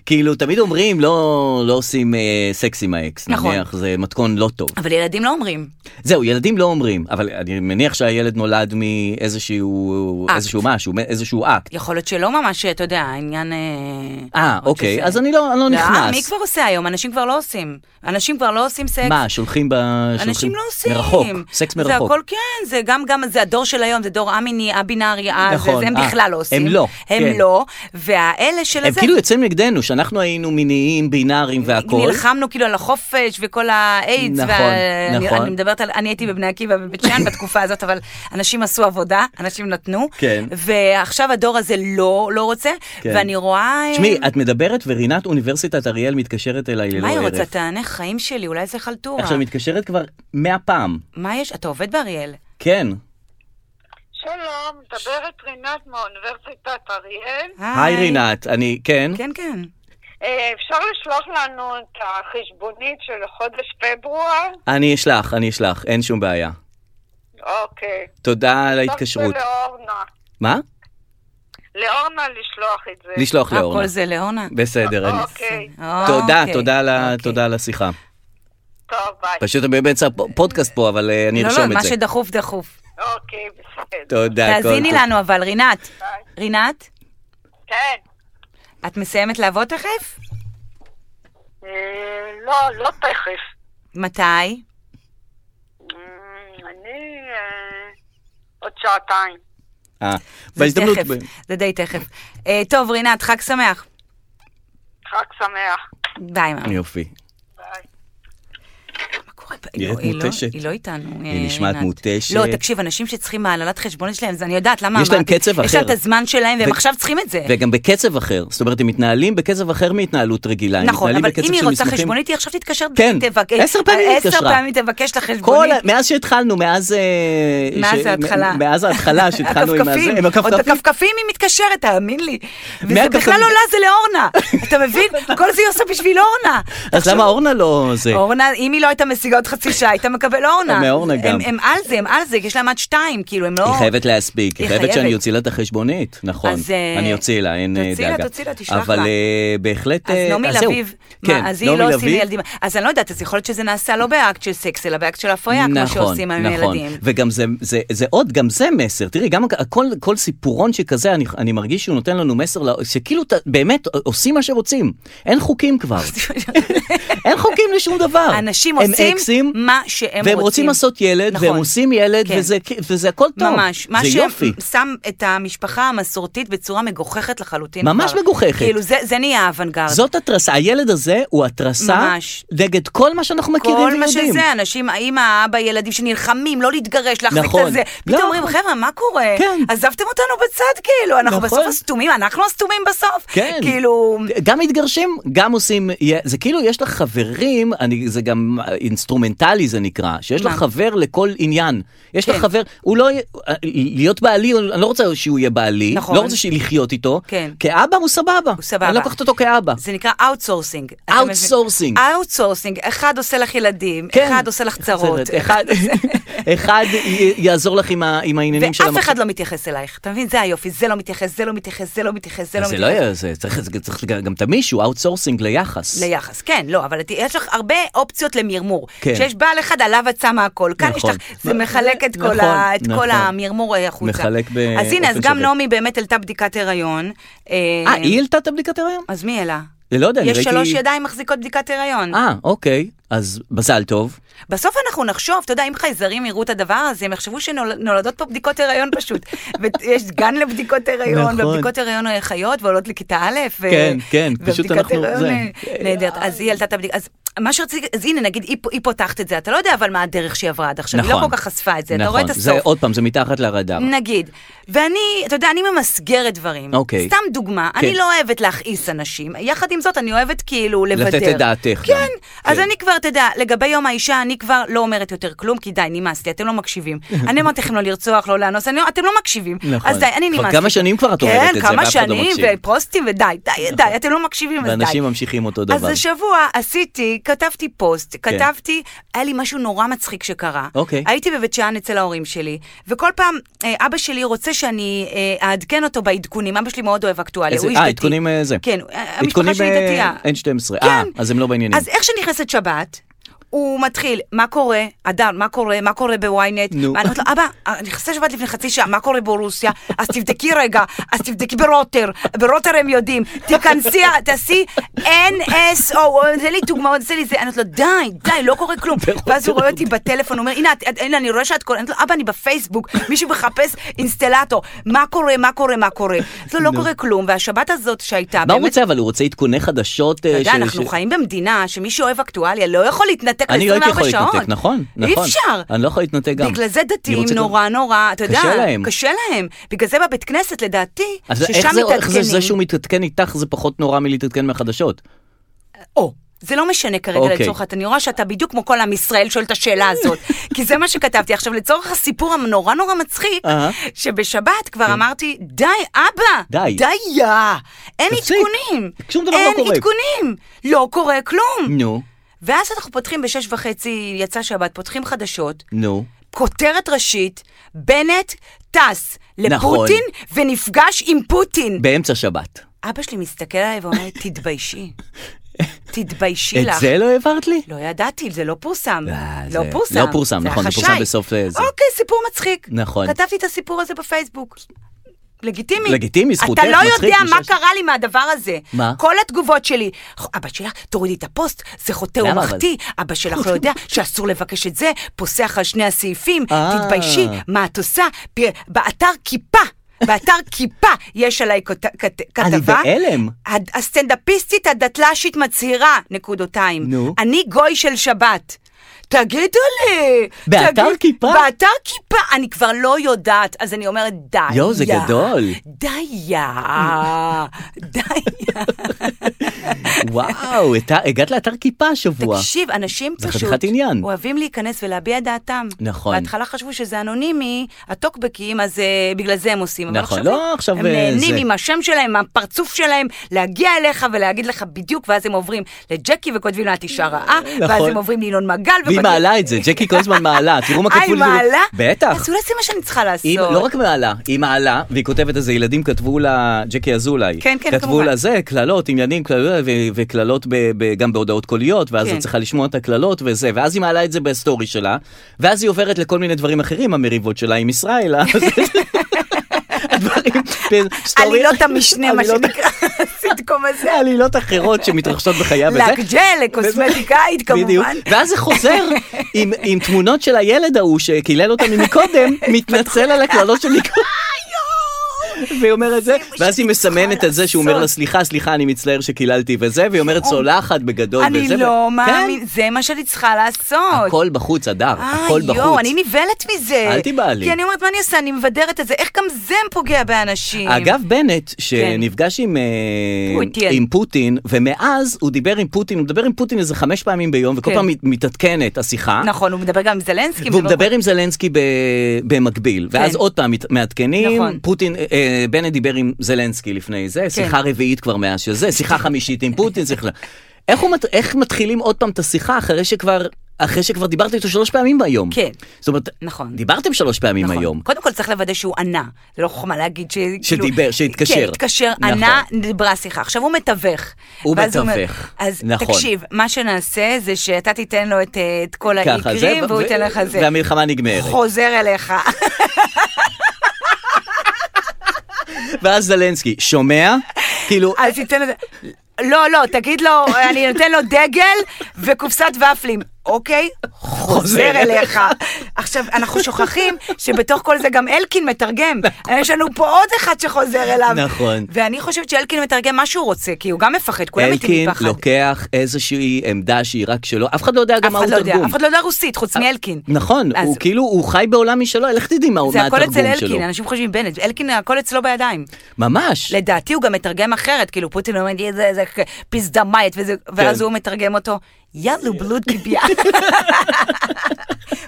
כאילו, תמיד אומרים, לא, לא עושים אה, סקס עם האקס, נכון. נניח, זה מתכון לא טוב. אבל ילדים לא אומרים. זהו, ילדים לא אומרים, אבל אני מניח שהילד נולד מאיזשהו אקט. איזשהו משהו, איזשהו אקט. יכול להיות שלא ממש, אתה יודע, העניין... אה, אה, עוד אוקיי, שזה- אז אני לא, אני לא לא, מי נכנס. כבר עושה היום? אנשים כבר לא עושים. אנשים כבר לא עושים סקס. מה, שולחים ב... שולחים- אנשים לא עושים. מרחוק, סקס זה מרחוק. הכל כן, זה גם, גם, זה הדור של היום, זה דור א-מיני, א-בינארי, א- זה- נכון, זה הם אה, בכלל לא עושים. הם לא, הם כן. לא, והאלה של הם הזה, כאילו יוצאים נגדנו, שאנחנו היינו מיניים, בינאריים והכל. נלחמנו כאילו על החופש וכל האיידס. נכון, וה... אני, נכון. אני מדברת על, אני הייתי בבני עקיבא בבית שאן בתקופה הזאת, אבל אנשים עשו עבודה, אנשים נתנו. כן. ועכשיו הדור הזה לא, לא רוצה, כן. ואני רואה... אה, תשמעי, את מדברת ורינת אוניברסיטת אריאל מתקשרת אליי ללא מה היא הרף. רוצה? תענה חיים שלי, אולי זה חלטורה. עכשיו מתקשרת כבר 100 פעם. מה יש? אתה עובד באריאל. כן. שלום, מדברת רינת מאוניברסיטת אריאל. היי רינת, אני, כן. כן, כן. אה, אפשר לשלוח לנו את החשבונית של חודש פברואר? אני אשלח, אני אשלח, אין שום בעיה. אוקיי. תודה על ההתקשרות. לא. שלח את זה לאורנה. מה? לאורנה לשלוח את זה. לשלוח לאורנה. הכל זה לאורנה. בסדר, אני... אוקיי. תודה, אוקיי, תודה על ה- אוקיי. תודה על השיחה. טוב, ביי. פשוט אני באמצע הפ- פודקאסט פה, אבל אה, אני לא, ארשום לא, את מה זה. שדחוף דחוף. אוקיי, בסדר. תודה. כל תאזיני טוב. לנו אבל, רינת. רינת, כן. את מסיימת לעבוד תכף? אה, לא, לא תכף. מתי? אה, אני... אה, עוד שעתיים. אה, זה בהזדמנות... תכף, ב- זה די תכף. אה, טוב, רינת, חג שמח. חג שמח. ביי, מה. אה, יופי. כן. ביי. מה קורה? פה? נראית לא, היא לא- מותשת. היא לא איתנו. אה, היא נשמעת רינת. מותשת. לא, תקשיב, אנשים שצריכים העללת חשבון שלהם, זה אני יודעת, למה יש להם אמרתי? קצב יש אחר. להם את הזמן שלהם, והם ו- עכשיו צריכים את זה. וגם בקצב אחר. זאת אומרת, הם מתנהלים בקצב אחר מהתנהלות רגילה. הם נכון, מתנהלים אבל בקצב אם היא של רוצה מסמכים. חשבונית, היא עכשיו תתקשר, כן, תבקש- עשר פעמים היא עשר התקשרה. פעמים תבקש כל, את החשבונית. ה- מאז שהתחלנו, מאז... אה, מאז ש- ההתחלה. מ- מאז ההתחלה שהתחלנו עם הזה, הכפכפים, עם עוד הכפכפים. הכפכפים היא מתקשרת, תאמין לי. וזה מהכפכפים. בכלל לא לה, זה לאורנה. אתה מבין? כל זה היא עושה בשביל אורנה. אז למה אורנה לא זה? אורנה, אם היא לא הייתה משיגה עוד חצי שעה, הייתה מקבל אורנה. מאורנה הם- גם. הם על זה, הם על זה, יש להם עד שתיים, כאילו, הם לא... היא חייבת להספיק, היא היא חייבת שאני חייבת. אוציא לה את החשבונית, נכון. אז, אה, אני אוציא לה, אין אה, דאגה. תוציא לה, תוציא לה, תשלח אבל לה. אה, בהחלט... אז אה, נעמי זהו. לביב, כן, מה, אז היא נעמי לא עושים לביב, ילדים, אז אני לא יודעת, אז יכול להיות שזה נעשה לא באקט של סקס, אלא באקט של הפריה, לא כמו נכון, שעושים היום עם ילדים. וגם זה, זה, זה עוד, גם זה מסר. תראי, גם הכ- כל, כל סיפורון שכזה, אני, אני מרגיש שהוא נותן לנו מסר, ל- שכאילו ת, באמת עושים מה שרוצים. אין חוקים כבר. אין חוקים לשום דבר. אנשים נכון. הם עושים אקסים, מה שהם רוצים. והם רוצים לעשות ילד, נכון. והם עושים ילד, כן. וזה, כ- וזה הכל טוב. ממש. מה זה יופי. ששם את המשפחה המסורתית בצורה מגוחכת לחלוטין. ממש כבר. מגוחכת. כאילו, זה, זה נהיה האוונגרד. זאת התרסה, הילד הזה הוא התרסה ממש. נגד כל מה שאנחנו מכירים כל ויודעים. מה שזה, אנשים, האמא, האבא, ילדים שנלחמים, לא להתגרש, להחזיק נכון. את זה. לא. פתאום אומרים, חבר'ה, מה קורה? כן. עזבתם אותנו בצד, כאילו, אנחנו נכון. בסוף הסתומים, אנחנו הסתומים בסוף. כן. כאילו, גם מתגרשים, גם עושים, זה כאילו יש לך חברים, אני, זה גם אינסטרומנטלי אינסטרומנטלי זה נקרא, שיש לך מה? חבר לכל עניין. יש לך כן. חבר, הוא לא... יהיה- להיות בעלי, אני לא רוצה שהוא יהיה בעלי, נכון. לא רוצה לחיות איתו. כן. כאבא הוא סבבה. הוא סבבה. אני לוקחת אותו כאבא. זה נקרא אאוטסורסינג. Outsourcing. אאוטסורסינג. אחד עושה לך ילדים, כן. אחד עושה לך צרות. אחד, אחד י- יעזור לך עם, ה, עם העניינים של ואף המחשב. אחד לא מתייחס אלייך, אתה מבין? זה היופי, זה לא מתייחס, זה לא מתייחס, זה לא מתייחס, זה לא זה לא מתייחס. יהיה, זה צריך, זה- צריך גם את המישהו, אאוטסורסינג ליחס. ליחס, כן, לא, אבל את- יש לך הרבה אופציות למרמור. כן. שיש בעל אחד, עליו את שמה הכל. כאן יש נכון. לך, זה מחלק את נכון, כל ה- את נכון. כל המרמור אה, החוצה. מחלק אז הנה, אז באופן גם שווה. נעמי באמת העלתה בדיקת הריון. אה, היא העלתה את הבדיקת הריון? אז מי העלה? לא יודע, אני יש ראיתי... שלוש ידיים מחזיקות בדיקת הריון. אה, אוקיי, אז מזל טוב. בסוף אנחנו נחשוב, אתה יודע, אם חייזרים יראו את הדבר הזה, הם יחשבו שנולדות פה בדיקות הריון פשוט. ויש גן לבדיקות הריון, נכון. ובדיקות הריון חיות ועולות לכיתה א', ו- כן, כן, פשוט ובדיקת אנחנו- הריון זה- אה, נהדרת. אז היא העלתה את הבדיקה. אז מה שרציתי, אז הנה, נגיד, היא פ- היא פותחת את זה, אתה לא יודע אבל מה הדרך שהיא עברה עד עכשיו, היא לא כל כך חשפה את זה, אתה רואה את נכון, זה הסוף. עוד פעם, זה מתחת לרדאר. נגיד, ואני, אתה יודע, אני ממסגרת דברים. אוקיי. סתם דוגמה, כן. אני לא אוהבת להכעיס אנשים, יחד עם זאת אני אוהבת כאילו לוותר. לתת את דעתך גם. כן, אז כן. אני כבר, אתה יודע, לגבי יום האישה, אני כבר לא אומרת יותר כלום, כי די, נמאס לי, אתם לא מקשיבים. אני אמרתי לכם לא לרצוח, לא לאנוס, אני לא- אתם לא מקשיבים. נכון. אז די, אני כבר נמאס לי. כמה שנים כבר את אומרת את זה, כן, כמה ואף אחד לא שנים, מקשיב. נכון. ופוסטים, ודי, די, די, אתם לא מקשיבים, אז די. ואנשים ממשיכים אותו דבר. כן. אז השבוע עשיתי, כתבתי פוסט, כתבתי, היה לי משהו נורא מצחיק שקרה. אוקיי. הייתי בבית שאן אצל ההורים שלי, וכל פעם אה, אבא שלי רוצה שאני אה, אעדכן אותו בעדכונים, אבא שלי מאוד אוהב אקטואליה, איזה- הוא איש אה, דתי. עדכונים, אה, זה. כן, אה, עדכונים המשפחה שלי ב- דתייה. N12, כן. אה, אז הם לא בעניינים. אז איך שנכנסת שבת... הוא מתחיל, מה קורה, אדם, מה קורה, מה קורה בוויינט? נו. ואני אומרת לו, אבא, נכנסה שבת לפני חצי שעה, מה קורה ברוסיה? אז תבדקי רגע, אז תבדקי ברוטר, ברוטר הם יודעים, תיכנסי, תעשי NSO, הוא עושה לי דוגמאות, עושה לי זה, אני אומרת לו, די, די, לא קורה כלום. ואז הוא רואה אותי בטלפון, הוא אומר, הנה, את- את- הנה, אני רואה שאת כל... אני אומרת לו, אבא, אני בפייסבוק, מישהו מחפש אינסטלטור, מה קורה, מה קורה, מה קורה? אז לא, לא קורה כלום, והשבת הזאת שהייתה, מה הוא באמת רוצה אבל? הוא רוצה עדכוני חדשות? אה, אתה יודע, ש- אנחנו ש- חיים במדינה שמי שאוהב אקטואליה לא יכול להתנתק ל-24 שעות. אני לא הייתי יכול להתנתק, נכון, נכון. אי אפשר. אני לא יכול להתנתק גם. בגלל זה אני דתיים רוצה- נורא נורא, אתה יודע, קשה להם. קשה להם. בגלל זה בבית כנסת, לדעתי, אז ששם איך זה- מתעדכנים. איך זה זה שהוא מתעדכן איתך זה פחות נורא מלהתעדכן מהחדשות? או. זה לא משנה כרגע אוקיי. okay. לצורך, את- אני רואה שאתה בדיוק כמו כל עם ישראל שואל את השאלה הזאת, כי זה מה שכתבתי. עכשיו, לצורך הסיפור הנורא נורא מצחיק, אהה. כן. שבשבת כבר אמרתי, די, אבא, די. די, יא, אין תפסיק. עדכונים, שום דבר לא אין קורה." עדכונים, לא קורה כלום. נו, ואז אנחנו פותחים בשש וחצי, יצא שבת, פותחים חדשות, נו. כותרת ראשית, בנט טס נכון. לפוטין ונפגש עם פוטין. באמצע שבת. אבא שלי מסתכל עליי ואומר, לי, תתביישי, תתביישי את לך. זה לא העברת לי? לא ידעתי, זה לא פורסם. אה, לא זה- פורסם. לא פורסם, נכון, זה החשאי. פורסם בסוף, אה, זה. אוקיי, סיפור מצחיק. נכון. כתבתי את הסיפור הזה בפייסבוק. לגיטימי. לגיטימי, זכותך, אתה לא מצחיק, יודע מה משעשע. קרה לי מהדבר הזה. מה? כל התגובות שלי. הבת שלך, תורידי את הפוסט, זה חוטא למה, ומחטיא. אבא שלך לא יודע שאסור לבקש את זה, פוסח על שני הסעיפים, אה. תתביישי, מה את עושה? פ- באתר כיפה. באתר כיפה יש עליי כות- כת- כתבה. אני בהלם. הד- הסטנדאפיסטית הדתל"שית מצהירה, נקודותיים. נו. אני גוי של שבת. תגידו לי. באתר תגיד- כיפה? באתר כיפה. אני כבר לא יודעת, אז אני אומרת די. יואו, זה יא. גדול. אה. די יא. די יא. וואו, אתה- הגעת לאתר כיפה השבוע. תקשיב, אנשים זה פשוט חתיכת עניין. אוהבים להיכנס ולהביע את דעתם. נכון. בהתחלה חשבו שזה אנונימי, הטוקבקים, אז אה, בגלל זה הם עושים. אבל נכון, לא, עכשיו, הם אה, נהנים זה- עם השם שלהם, הפרצוף שלהם, להגיע אליך ולהגיד לך בדיוק, ואז הם עוברים לג'קי וכותבים לה את אישה רעה, ואז נכון. הם עוברים לינון מגל והיא מעלה את זה, ג'קי כל הזמן מעלה, תראו מה כתבו לי. אה, היא מעלה? בטח. אז אולי זה מה שאני צריכה לעשות. היא לא רק מעלה, היא מעלה, והיא כותבת איזה ילדים כתבו לה, ג'קי אזולאי. כן, כן, כתבו כמובן. לה זה, קללות, עניינים, קללות, ו- וקללות ב- ב- גם בהודעות קוליות, ואז כן. היא צריכה לשמוע את הקללות וזה, ואז היא מעלה את זה בסטורי שלה, ואז היא עוברת לכל מיני דברים אחרים, המריבות שלה עם ישראל. אז- הדברים, סטורי- עלילות המשנה, מה עלילות- שנקרא, הסיטקום הזה. עלילות אחרות שמתרחשות בחייו. וזה. לקג'ל, לקוסמטיקאית בדיוק. כמובן. ואז זה חוזר עם, עם תמונות של הילד ההוא שקילל אותנו מקודם, מתנצל על הקללות של מקודם. והיא אומרת זה, זה מה ואז היא שאני מסמנת צריכה את זה שהוא אומר לה, לעשות. סליחה, סליחה, אני מצטער שקיללתי וזה, והיא אומרת צולחת בגדול אוקיי. אני וזה. ו- לא כן, מאמין, זה מה שאני צריכה לעשות. הכל בחוץ, אדר, אה, הכל יואו, בחוץ. אני נבהלת מזה. אל תיבהלי. כי אני אומרת, מה אני אעשה? אני מבדרת את זה. איך גם זה פוגע באנשים? אגב, בנט, שנפגש עם, אה, כן. פוטין. עם פוטין, ומאז הוא דיבר עם פוטין, הוא מדבר עם פוטין איזה חמש פעמים ביום, וכל כן. פעם מת- מתעדכנת השיחה. נכון, הוא מדבר גם עם זלנסקי. לא נכון. והוא מדבר עם זלנסקי ב- במקביל, ואז כן. עוד פעם מת- מעדכנים, נכון. כן. פוטין, אה, אה, בנט דיבר עם זלנסקי לפני זה, שיחה רביעית כבר מאז שזה, שיחה חמישית עם פוטין, שיחה... איך, הוא מת, איך מתחילים עוד פעם את השיחה אחרי שכבר, אחרי שכבר דיברתי איתו שלוש פעמים היום? כן. זאת אומרת, נכון. דיברתם שלוש פעמים נכון. היום. קודם כל צריך לוודא שהוא ענה, זה לא חוכמה להגיד ש... שדיבר, כאילו- שהתקשר. כן, התקשר, נכון. ענה, דיברה שיחה. עכשיו הוא מתווך. הוא ואז אומר- מתווך. אז נכון. תקשיב, מה שנעשה זה שאתה תיתן לו את, אה, את כל ככה, זה, האיקרים, והוא ו- ייתן לך זה. והמלחמה נגמרת. חוזר אליך. ואז זלנסקי, שומע? כאילו, אז תיתן לו... לא, לא, תגיד לו, אני נותן לו דגל וקופסת ופלים. אוקיי, חוזר אליך. עכשיו, אנחנו שוכחים שבתוך כל זה גם אלקין מתרגם. יש לנו פה עוד אחד שחוזר אליו. נכון. ואני חושבת שאלקין מתרגם מה שהוא רוצה, כי הוא גם מפחד, כולם מתים אלקין מפחד. לוקח איזושהי עמדה שהיא רק שלו, אף אחד לא יודע גם אף מה אחד הוא לא יודע, תרגום. אף אחד לא יודע רוסית, חוץ מאלקין. נכון, אז- הוא כאילו, הוא חי בעולם משלו, לך תדעי מה מה זה הכל התרגום אצל שלו. אלקין, אנשים חושבים בנט, אלקין הכל אצלו בידיים. ממש. לדעתי הוא גם מתרגם אחרת, כאילו פוטין אומר, "יא, זה, זה פיזדמייט, וזה, כן. ואז הוא מתרגם אותו, יאלו בלוט טיביה.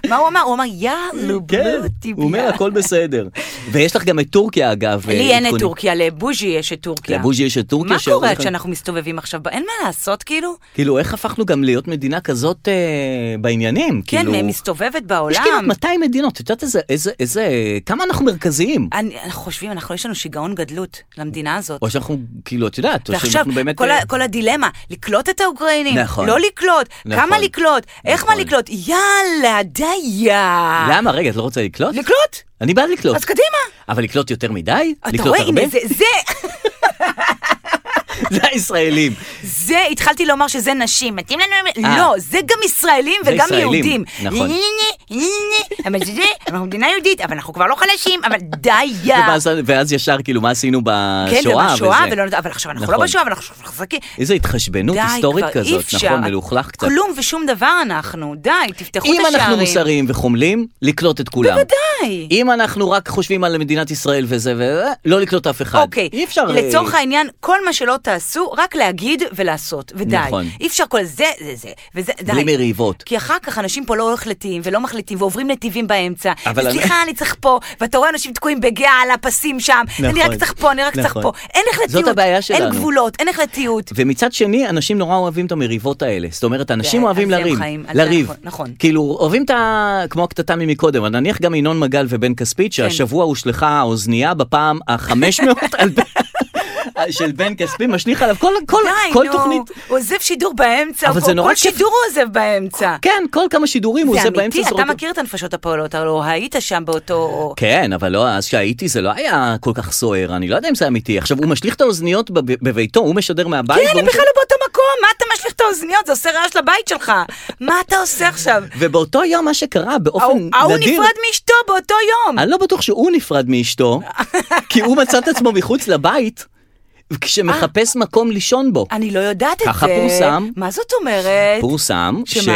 מה הוא אמר? הוא אמר, יאלו כן, בלוט הוא אומר טיביה. הכל בסדר. ויש לך גם את טורקיה אגב. אה, לי אין את עדכונים. טורקיה, לבוז'י יש את טורקיה. לבוז'י יש את טורקיה מה שהוריד קורה לך- כשאנחנו מסתובבים עכשיו? אין מה לעשות, כאילו? כאילו איך הפכנו גם להיות מדינה כזאת אה, בעניינים? כן, כאילו, מסתובבת יש כאילו בעולם. 200 מדינות, את יודעת איזה, איזה, איזה, כמה אנחנו מרכזיים? אני- אנחנו חושבים, אנחנו, יש לנו שיגעון גדלות למדינה הזאת. או שאנחנו, כאילו, את יודעת, או ועכשיו, שאנחנו באמת... כל, אה, ה, כל הדילמה, לקלוט את האוקראינים, נכון. לא לקלוט, נכון. כמה לקלוט, איך מה נכון. לקלוט, יאללה, דייה. למה? רגע, את לא רוצה לקלוט? לקלוט? אני בעד לקלוט. אז קדימה. אבל לקלוט יותר מדי? אתה לקלוט רואה, הרבה? הנה, זה, זה, זה הישראלים. זה, התחלתי לומר שזה נשים, מתאים לנו, אה. לא, זה גם ישראלים זה וגם ישראלים, יהודים. נכון. הנה, הנה, אבל זה, אנחנו מדינה יהודית, אבל אנחנו כבר לא חלשים, אבל דייה. ואז- ואז ישר, כאילו, מה עשינו בשואה? אה. כן, ובשואה, וזה. ולא, אבל עכשיו אנחנו לא נכון. בשואה, אבל אנחנו עכשיו חזקים. איזה התחשבנות די, היסטורית כבר אי כזאת, אפשר. נכון, מלוכלך קצת. כלום ושום דבר אנחנו, די, תפתחו את אם השערים. אנחנו מוסריים וחומלים, לקלוט את כולם. בוודאי. אם אנחנו רק חושבים על מדינת ישראל וזה וזה, לא לקלוט אף אחד. אוקיי, אי אפשר... אה, לצורך העניין, כל מה שלא תעשו, רק להגיד ולעשות, ודי. נכון. אי אפשר כל זה, זה, זה, וזה, די. בלי מריבות. כי אחר כך אנשים פה לא החלטיים ולא מחליטים ועוברים נתיבים באמצע. אבל- סליחה, אני צריך פה, ואתה רואה אנשים תקועים בגאה על הפסים שם, אני רק נכון, צריך פה, אני רק צריך נכון. פה. אין החלטיות. זאת הבעיה שלנו. אין גבולות, אין החלטיות. ומצד שני, אנשים נורא אוהבים את המריבות האלה. זאת אומרת, אנשים זה- אוהבים על זה הם לריב. חיים, על זה לריב. נכון, נכון. כאילו, אוהבים את ה... כמו הקטטה ממקודם, אבל נניח גם ינון מגל ובן כספית, כן. שהשבוע הושלכה האוזנייה בפעם ה-500 על... של בן כספי, משליך עליו כל, כל, די, כל נו, תוכנית. הוא עוזב שידור באמצע, אבל כל- זה נורא כל כיף. שידור הוא עוזב באמצע. כן, כל כמה שידורים הוא זה עושה באמצע אמיתי, אתה זורק- מכיר את הנפשות הפועלות, הלוא היית שם באותו... כן, אבל לא, אז שהייתי זה לא היה כל כך סוער, אני לא יודע אם זה אמיתי. עכשיו, הוא משליך את האוזניות בב- בביתו, הוא משדר מהבית. כן, והוא הם בכלל לא באותו מקום, מה אתה משליך את האוזניות? זה עושה רעש לבית שלך. מה אתה עושה עכשיו? ובאותו יום מה שקרה, באופן ההוא נדיר... ההוא נפרד מאשתו באותו יום. אני לא בטוח שהוא נפרד מאשתו, כי הוא מצא את עצמו מחוץ לבית, כשמחפש מקום לישון בו. אני לא יודעת את זה. ככה פורסם. מה זאת אומרת? פורסם אה, שמה?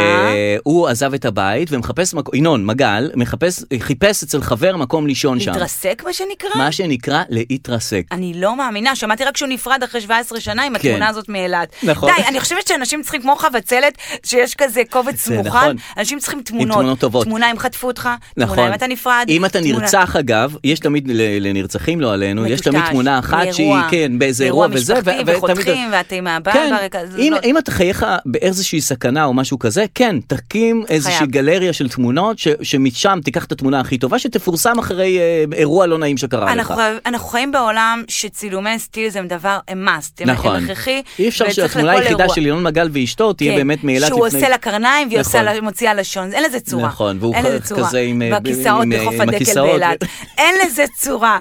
שהוא עזב את הבית ומחפש מקום, ינון מגל מחפש, חיפש אצל חבר מקום לישון שם. התרסק מה שנקרא? מה שנקרא להתרסק. אני לא מאמינה, שמעתי רק שהוא נפרד אחרי 17 שנה עם כן. התמונה הזאת מאילת. נכון. די, אני חושבת שאנשים צריכים, כמו חבצלת, שיש כזה קובץ זה מוכן, נכון. אנשים צריכים תמונות. תמונות טובות. תמונה אם חטפו אותך, נכון. תמונה אם אתה נפרד. אם אתה תמונה- נרצח אגב, יש תמיד ל- לנרצחים לא עלינו, יש מטושטש, תמיד תמונה אחת שהיא, מאירוע, כן, באיזה מאירוע אירוע וזה, ו- משפחתי, וחותכים, ואתה עם הבעל כן, ברקע, זה אם- לא- אם אתה חייך באיזושהי סכנה או משהו כזה, כן, תקים איזושהי חייב. גלריה של תמונות, ש- שמשם תיקח את התמונה הכי טובה, שתפורסם אחרי אה, אירוע לא נעים שקרה לך. אנחנו, חי- אנחנו חיים בעולם שצילומי סטילס הם דבר הם must, הם- נכון. הם הכרחי. אי אפשר וצריך שהתמונה לכל היחידה אירוע. של ינון מגל ואשתו תהיה כן, באמת מאילת שהוא לפני- עושה לה קרניים והיא עושה נכון. לה- מוציאה לשון, אין לזה צורה. נכון, והוא אין לזה כ- צורה. כזה עם, אה, ב- בכיסאות עם, אה, בחוף עם הדקל הכיסאות ו- באילת. אין לזה צורה.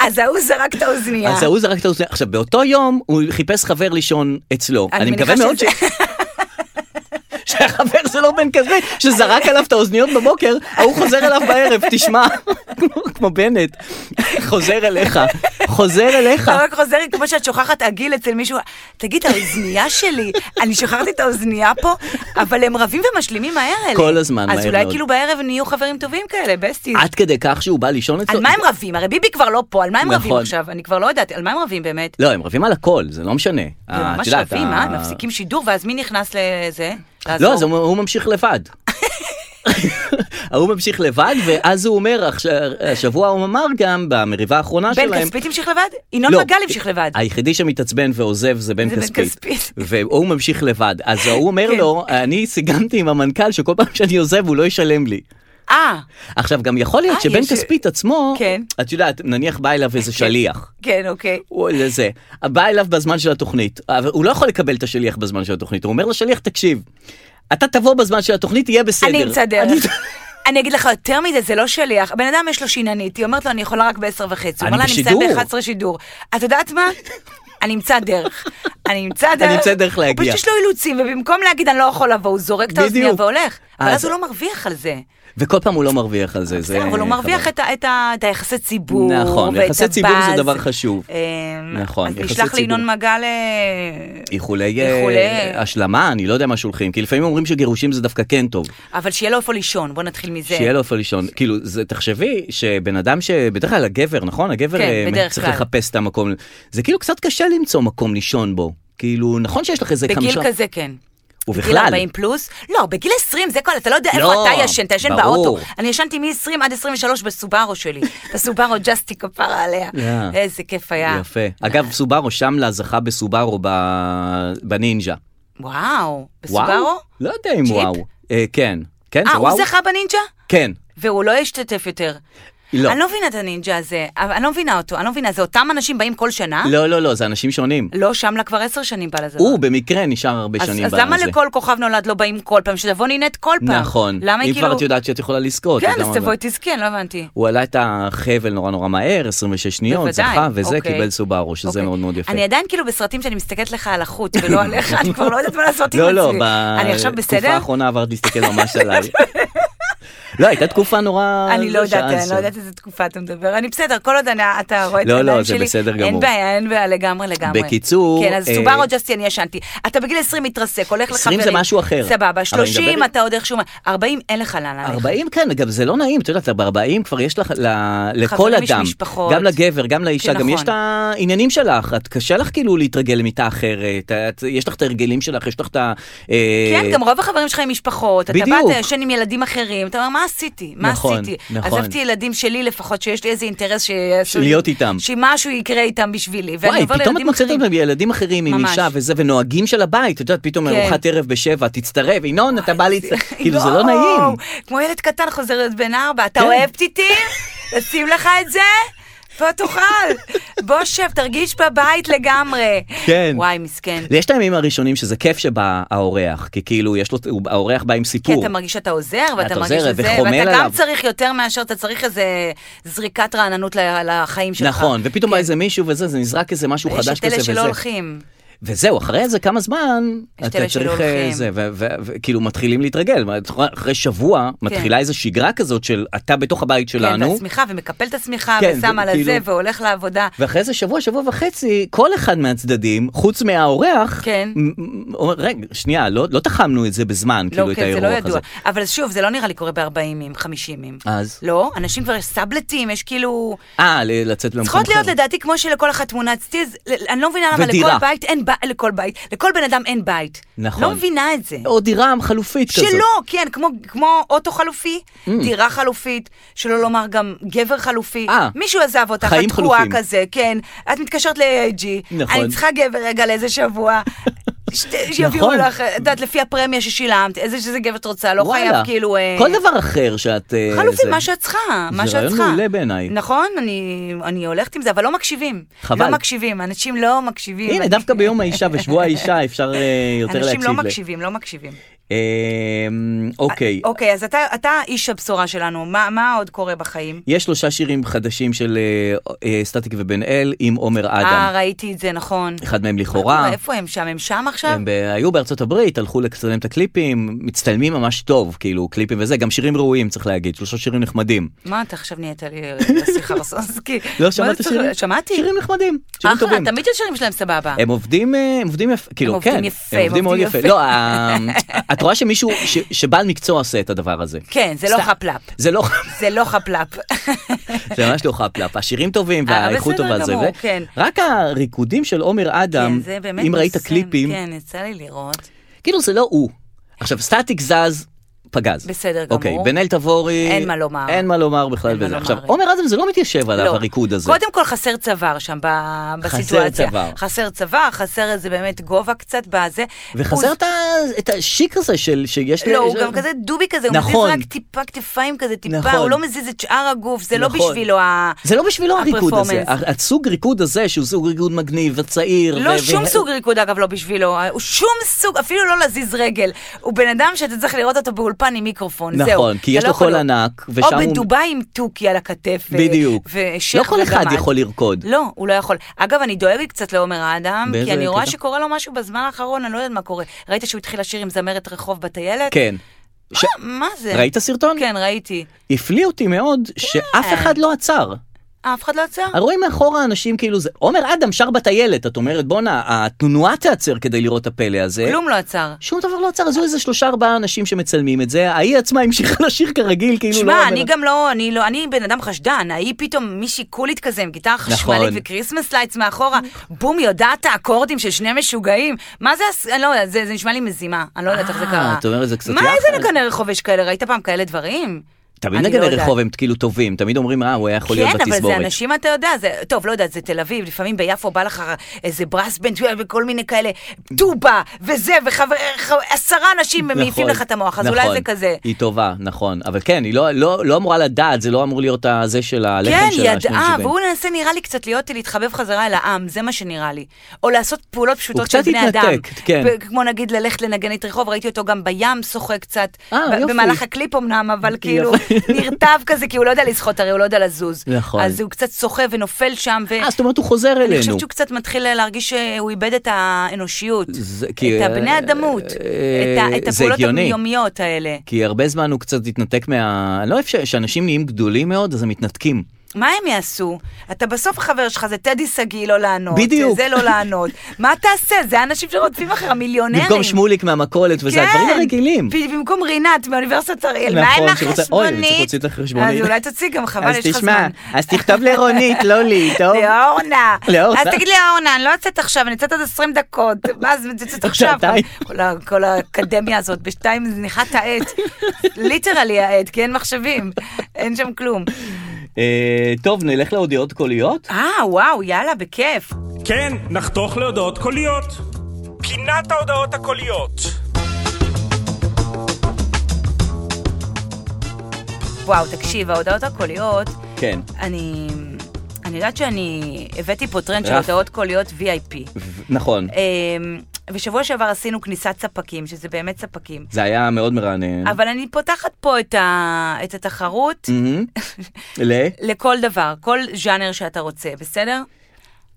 אז ההוא זרק את האוזנייה. אז ההוא זרק את האוזניה. עכשיו, באותו יום הוא חיפש חבר לישון אצלו. אני אני מניחה מקווה מאוד ש... שזה- שהחבר שלו בן כזה, שזרק עליו את האוזניות בבוקר, ההוא חוזר אליו בערב, תשמע, כמו- כמו בנט, חוזר אליך, חוזר אליך. אתה רק חוזר, כמו שאת שוכחת עגיל אצל מישהו, תגיד, האוזנייה שלי, אני שוכחתי את האוזנייה פה, אבל הם רבים ומשלימים מהר אלה. כל הזמן, אז מהר אולי מאוד. כאילו בערב נהיו חברים טובים כאלה, בסטיז. עד כדי כך שהוא בא לישון אצלו? על מה הם רבים? הרי ביבי כבר לא פה, על מה הם רבים לא- נכון. עכשיו? אני כבר לא יודעת, על מה הם רבים באמת? לא, הם רבים על הכל, זה לא משנה. זה אה, את ממש יודעת, רבים, אה? ה- מפסיקים שידור, ואז מי נכנס לזה? לעזור? לא, אז הוא- הוא ממשיך לבד. ההוא ממשיך לבד, ואז הוא אומר, עכשיו- השבוע הוא אמר גם, במריבה האחרונה שלהם, בן כספית המשיך לבד? ינון לא. מגל המשיך לבד. היחידי שמתעצבן ועוזב זה בן זה בן כספית. כספית. והוא ממשיך לבד. אז הוא אומר כן. לו, אני סיגמתי עם המנכ"ל שכל פעם שאני עוזב הוא לא ישלם לי. אה, עכשיו, גם יכול להיות אה, שבן יש- כספית עצמו, כן. את יודעת, נניח בא אליו איזה שליח. כן, אוקיי. הוא לזה, בא אליו בזמן של התוכנית, אבל הוא לא יכול לקבל את השליח בזמן של התוכנית, הוא אומר לשליח, תקשיב, אתה תבוא בזמן של התוכנית, יהיה בסדר. אני אמצא אני- דרך. אני אגיד לך יותר מזה, זה לא שליח. הבן אדם יש לו שיננית, היא אומרת לו, אני יכולה רק ב-10 וחצי. אני הוא אומר לה, אני מסיים בשידור." ב-11 שידור. את יודעת מה? אני אמצא דרך. אני אמצא דרך. אני אמצא דרך להגיע. הוא פשוט יש לו אילוצים, ובמקום להגיד, אני לא יכול לבוא, הוא זורק את האוזניה בדיוק. והולך. אבל אז- אז הוא לא מרוויח על זה. וכל פעם הוא לא מרוויח על זה, זה... אה, בסדר, אבל הוא מרוויח חבל. את ה- את ה- את היחסי ציבור, נכון, ואת יחסי ציבור זה הבאז. דבר חשוב. אמ, נכון, אז יחסי נשלח ציבור. לינון מגל... אה, איחולי אה, איחולי- השלמה, אני לא יודע מה שולחים, כי לפעמים אומרים שגירושים זה דווקא כן טוב. אבל שיהיה לו איפה לישון, בוא נתחיל מזה. שיהיה לו איפה לישון. כאילו, זה, תחשבי שבן אדם ש... בדרך כלל הגבר, נכון? הגבר כן, אה, בדרך צריך כלל. לחפש את המקום. זה כאילו קצת קשה למצוא מקום לישון בו. כאילו, נכון שיש לך איזה בגיל חמישה... כזה כן. בגיל ובכלל, 40 פלוס? לא, בגיל 20, זה כל, אתה לא יודע לא, איפה אתה ישן, אתה ישן ברור. באוטו. אני ישנתי מ-20 עד 23 בסובארו שלי. בסובארו ג'סטי כפרה עליה. אה. איזה כיף היה. יפה. אגב, סובארו, שמלה זכה בסובארו ב... בנינג'ה. וואו, וואו? בסובארו? לא יודע אם ג'יפ? וואו. אה, כן. כן, אה, זה וואו? הוא זכה בנינג'ה? כן. והוא לא השתתף יותר. לא. אני לא מבינה את הנינג'ה הזה, אבל אני לא מבינה אותו, אני לא מבינה, זה אותם אנשים באים כל שנה? לא, לא, לא, זה אנשים שונים. אה? לא, שמלה כבר עשר שנים בא לזה. הוא במקרה נשאר הרבה אז, שנים אז בעניין למה הזה. לכל כוכב נולד לא באים כל פעם? שתבוא נינט כל פעם. נכון. למה היא אם כאילו... כבר את יודעת שאת יכולה לזכות. כן, למה אז לא? תבואי תזכי, אני לא הבנתי. הוא עלה את החבל נורא נורא מהר, 26 שניות, בוודאי, זכה, וזה אוקיי. קיבל סובארו, שזה אוקיי. מאוד מאוד יפה. אני עדיין כאילו בסרטים שאני מסתכלת לך על החוט ולא עליך, אני כבר לא יודעת מה לעשות עם עצמי. לא, לא, אני עכשיו בתקופה בסדר? האחרונה עברת להסתכל ממש עליי. לא, הייתה תקופה נורא... אני לא יודעת, שאז אני לא יודעת איזה תקופה אתה מדבר. אני בסדר, כל עוד אני- אתה רואה את לא, לא, העיניים זה שלי. בסדר אין גמור. בעיה, אין בעיה, לגמרי, לגמרי. בקיצור, כן, אז אה, סובארו ג'סטי, אני ישנתי. אתה בגיל 20 מתרסק, הולך 20 לחברים. זה משהו אחר. אבל אני סבבה, 30 מדבר- אתה עוד איכשהו... 40 אין לך לאן ללכת. 40 כן, גם זה לא נעים, את יודעת, ב-40 כבר יש לך, ל- לכל חברים, יש אדם, משפחות. גם לגבר, גם לאישה, כן, גם יש נכון. את העניינים שלך, את קשה לך כאילו להתרגל למיטה אחרת, את- יש לך את ההרגלים שלך, יש לך את ה... אה, כן, גם רוב החברים שלך הם משפחות. אתה בא, בדיוק. אתה ישן עם ילדים אחרים, אתה אומר, מה עשיתי? מה נכון, עשיתי? נכון. עזבתי ילדים שלי לפחות, שיש לי איזה אינטרס שיעשו... להיות לי- איתם. שמשהו יקרה איתם בשבילי. ואני וואי, עובר פתאום את לילדים מוצאת אחרים. אותם ילדים אחרים עם ממש. אישה וזה, ונוהגים של הבית, את יודעת, פתאום כן. ארוחת ערב בשבע, תצטרף, ינון, אתה בא להצטרף, כאילו זה לא יואו, נעים. כמו ילד קטן חוזר להיות בן ארבע, אתה כן. אוהב פתיתים? נשים לך את זה? פה תאכל. בוא שב, תרגיש בבית לגמרי. כן. וואי, מסכן. ויש את הימים הראשונים שזה כיף שבא האורח, כי כאילו יש לו, הוא- האורח בא עם כי סיפור. אתה מרגיש שאתה עוזר, אתה ואתה מרגיש עוזר, שזה, וחומל ואתה עליו. גם צריך יותר מאשר, אתה צריך איזה זריקת רעננות ל- לחיים שלך. נכון, ופתאום בא כן. איזה מישהו וזה, זה נזרק איזה משהו חדש יש את אלה כזה שלא וזה. הולכים. וזהו, אחרי זה כמה זמן, יש את אתה אלה שלא צריך אה, הולכים. זה, וכאילו כאילו, מתחילים להתרגל. מה, את יכולה- אחרי שבוע מתחילה איזו שגרה כזאת של אתה בתוך הבית כן, שלנו, והשמיכה, ומקפל את השמיכה, כן, ושם על הזה, וכאילו- והולך לעבודה. ואחרי זה שבוע, שבוע וחצי, כל אחד מהצדדים, חוץ מהאורח, כן. מ- מ- אומר, רגע, שנייה, לא לא תחמנו את זה בזמן, כאילו, לא, את כן, זה לא האירוח ידוע. הזה. אבל שוב, זה לא נראה לי קורה ב-40'ים, 50'ים. אז? לא, אנשים כבר יש סאבלטים, יש כאילו... אה, ל- לצאת למקום אחר. צריכות להיות לדעתי כמו שלכל אחת תמונת סטיז, ל- אני לא מבינה למה ודירה. לכל בית אין בית, לכל בית, לכל בן אדם אין בית. נכון. לא מבינה את זה. או דירה חלופית כזאת. Mm. שלא, כן, כמו, כמו אוטו חלופי, דירה חלופית, שלא לומר גם גבר חלופי. אה. מישהו עזב אותך, חיים את תקועה חלופים. כזה, כן. את מתקשרת ל-AIG, נכון. אני צריכה גבר רגע לאיזה שבוע. שת- שיביאו נכון. לך, את יודעת, לפי הפרמיה ששילמת, איזה שזה גבר את רוצה, לא וואלה. חייב כאילו... אה, כל דבר אחר שאת... אה, חלופי, זה- מה שאת צריכה, מה זה שאת צריכה. רעיון מעולה בעיניי. נכון, אני, אני הולכת עם זה, אבל לא מקשיבים. חבל. לא מקשיבים, אנשים לא מקשיבים. הנה, דווקא ביום האישה ושבוע האישה אפשר אה, יותר להקשיב. אנשים לא ל- מקשיבים, לא מקשיבים. אמ, אוקיי, אוקיי, אז אתה, אתה איש הבשורה שלנו, מה, מה עוד קורה בחיים? יש שלושה שירים חדשים של אה, אה, סטטיק ובן אל עם עומר אה, אדם. ראיתי את זה, נכון. אחד מהם מה, לכאורה. איפה הם שם? הם שם עכשיו? אה. הם ב- היו בארצות הברית, הלכו לצלם את הקליפים, מצטלמים ממש טוב, כאילו קליפים וזה, גם שירים ראויים צריך להגיד, שלושה שירים נחמדים. מה, אתה עכשיו נהיית לי אה, לשיחה בסוסקי? לא שמעת שירים? שמעתי. אה, שירים נחמדים, שירים אחלה, טובים. תמיד השירים שלהם סבבה. הם עובדים, אה, הם עובדים יפה, כאילו, עובדים כן, יפה, הם הם עובדים מאוד עובדים יפה. יפה. לא, ה- את רואה שמישהו, ש- שבעל מקצוע עושה את הדבר הזה. כן, זה לא סתם. חפלאפ. זה לא, זה לא חפלאפ. זה ממש לא חפלאפ, השירים טובים אה, והאיכות בסדר טובה זה, גמור, זה. כן. רק הריקודים של עומר אדם, כן, זה באמת אם ראית קוסם. קליפים, כן, יצא לי לראות. כאילו זה לא הוא. עכשיו, סטטיק זז, פגז. בסדר אוקיי, גמור. בן אל תבורי... אין מה לומר. אין מה לומר בכלל אין מה בזה. לומר. עכשיו, עומר אדם זה לא מתיישב עליו, לא. הריקוד הזה. קודם כל חסר צוואר שם ב- חסר בסיטואציה. צוואר. חסר צוואר, חסר איזה באמת גובה קצת בזה. וחסר את ה- את השיק הזה של, שיש... לא, הוא ש- גם כזה דובי כזה, הוא מזיז נכון. רק טיפה כתפיים כזה, טיפה, נכון. הוא לא מזיז את שאר הגוף, זה לא נכון. בשבילו ה... זה לא בשבילו הריקוד הזה, הפרפורמנס. הסוג ריקוד הזה שהוא סוג ריקוד מגניב וצעיר. לא ו- שום ו- סוג ריקוד אגב לא בשבילו, הוא שום סוג, אפילו לא להזיז רגל. הוא בן אדם שאתה צריך לראות אותו באולפן עם מיקרופון, זהו. נכון, כי אתה יש לא לו יכול קול להיות. ענק, ושם או הוא- בדובאי עם תוכי על הכתף. ו- בדיוק. ושייח לא כל אחד וגמד. יכול לרקוד. לא, הוא לא יכול. אגב, אני דואגת קצת לעומר האדם, באיזה כי אני רואה קטע? שקורה לו משהו בזמן האחרון, אני לא יודעת מה קורה. ראית שהוא התחיל לשיר עם זמרת רחוב בטיילת? כן. ש- אה, מה זה? ראית סרטון? כן, ראיתי. הפליא אותי מאוד שאף אחד לא עצר. אה, אף אחד לא עצר? רואים מאחורה אנשים כאילו זה, עומר אדם שר בטיילת, את אומרת בואנה, התנועה תיעצר כדי לראות את הפלא הזה. כלום לא עצר. שום דבר לא עצר, אז היו איזה שלושה ארבעה אנשים שמצלמים את זה, ההיא עצמה המשיכה לשיר כרגיל, כאילו לא... שמע, עומר- אני גם לא, אני לא, אני בן אדם חשדן, ההיא פתאום מישהי קולית כזה עם גיטרה נכון. חשמלית וקריסמס לייטס מאחורה, בום, היא יודעת את האקורדים של שני משוגעים. מה זה, הס- אני לא יודעת, זה זה נשמע לי מזימה, אני לא יודעת איך זה אה, קרה. את אומרת, זה קצת מה לחץ. איזה נגני רחוב יש כאלה? ראית פעם כאלה דברים? תמיד אני נגד לא יודעת. הרחוב הם כאילו טובים, תמיד אומרים אה, הוא היה יכול להיות כן, אבל זה בתסבורת. אנשים, אתה יודע, זה, טוב, לא יודעת, זה תל אביב, לפעמים ביפו בא לך איזה ברס בנד וכל מיני כאלה, טובה, וזה, ועשרה אנשים מעיפים נכון, לך את המוח, אז נכון. אולי זה כזה. היא טובה, נכון. אבל כן, היא לא- לא לא אמורה לדעת, זה לא אמור להיות הזה של הלחם שלה. כן, שני ידעה, משוגעים. והוא מנסה נראה לי קצת להיות, להתחבב חזרה אל העם, זה מה שנראה לי. או לעשות פעולות פשוטות של קצת בני אדם. התנתק, כן. ב- כמו נגיד ללכת לנגנית רחוב, ראיתי אותו גם בים שוחה קצת. אה, ב- יופי. במהלך הקליפ אמנם, אבל כאילו, יופי. נרטב כזה, כי הוא לא יודע לשחות, הרי הוא לא יודע לזוז. נכון. אז הוא קצת שוחה ונופל שם, ו... אה, זאת אומרת הוא חוזר אלינו. אני חושבת שהוא קצת מתחיל להרגיש שהוא איבד את האנושיות, זה- כי- את הבני אדמות, אה, את ה- את זה הפעולות הגיוני. היומיומיות האלה. כי הרבה זמן הוא קצת התנתק מה... אני לא אוהב ש- שאנשים נהיים גדולים מאוד, אז הם מתנתקים. מה הם יעשו? אתה בסוף החבר שלך זה טדי שגיא לא לענות, בדיוק. זה לא לענות. מה תעשה? זה האנשים שרודפים אחריך, המיליונרים. במקום שמוליק מהמכולת וזה, כן. הדברים הרגילים. ב- במקום רינת מאוניברסיטת אריאל, מה עם נכון, שרוצה- אוי, אני החשבונית? צריך להוציא את החשבונית. אז אולי תוציא גם, חבל, יש לך זמן. אז תכתוב לרונית, לא לי, טוב? לאורנה. לאורנה. אז תגיד לי, אורנה, אני לא יוצאת עכשיו, אני יוצאת עוד 20 דקות. מה, אז יוצאת עכשיו. שעתיים. כל ה- כל האקדמיה הזאת, בשתיים זניחת העט. ליטרלי העט, כי אין מחשבים. אין שם כלום. אה, טוב, נלך להודיעות קוליות? אה, וואו, יאללה, בכיף. כן, נחתוך להודעות קוליות. פינת ההודעות הקוליות. וואו, תקשיב, ההודעות הקוליות, כן. אני... אני יודעת שאני הבאתי פה טרנד של רף. הודעות קוליות VIP. ו- נכון. אמ, בשבוע שעבר עשינו כניסת ספקים, שזה באמת ספקים. זה היה מאוד מרענן. אבל אני פותחת פה את, ה... את התחרות מהמם. ל... לכל דבר, כל ז'אנר שאתה רוצה, בסדר?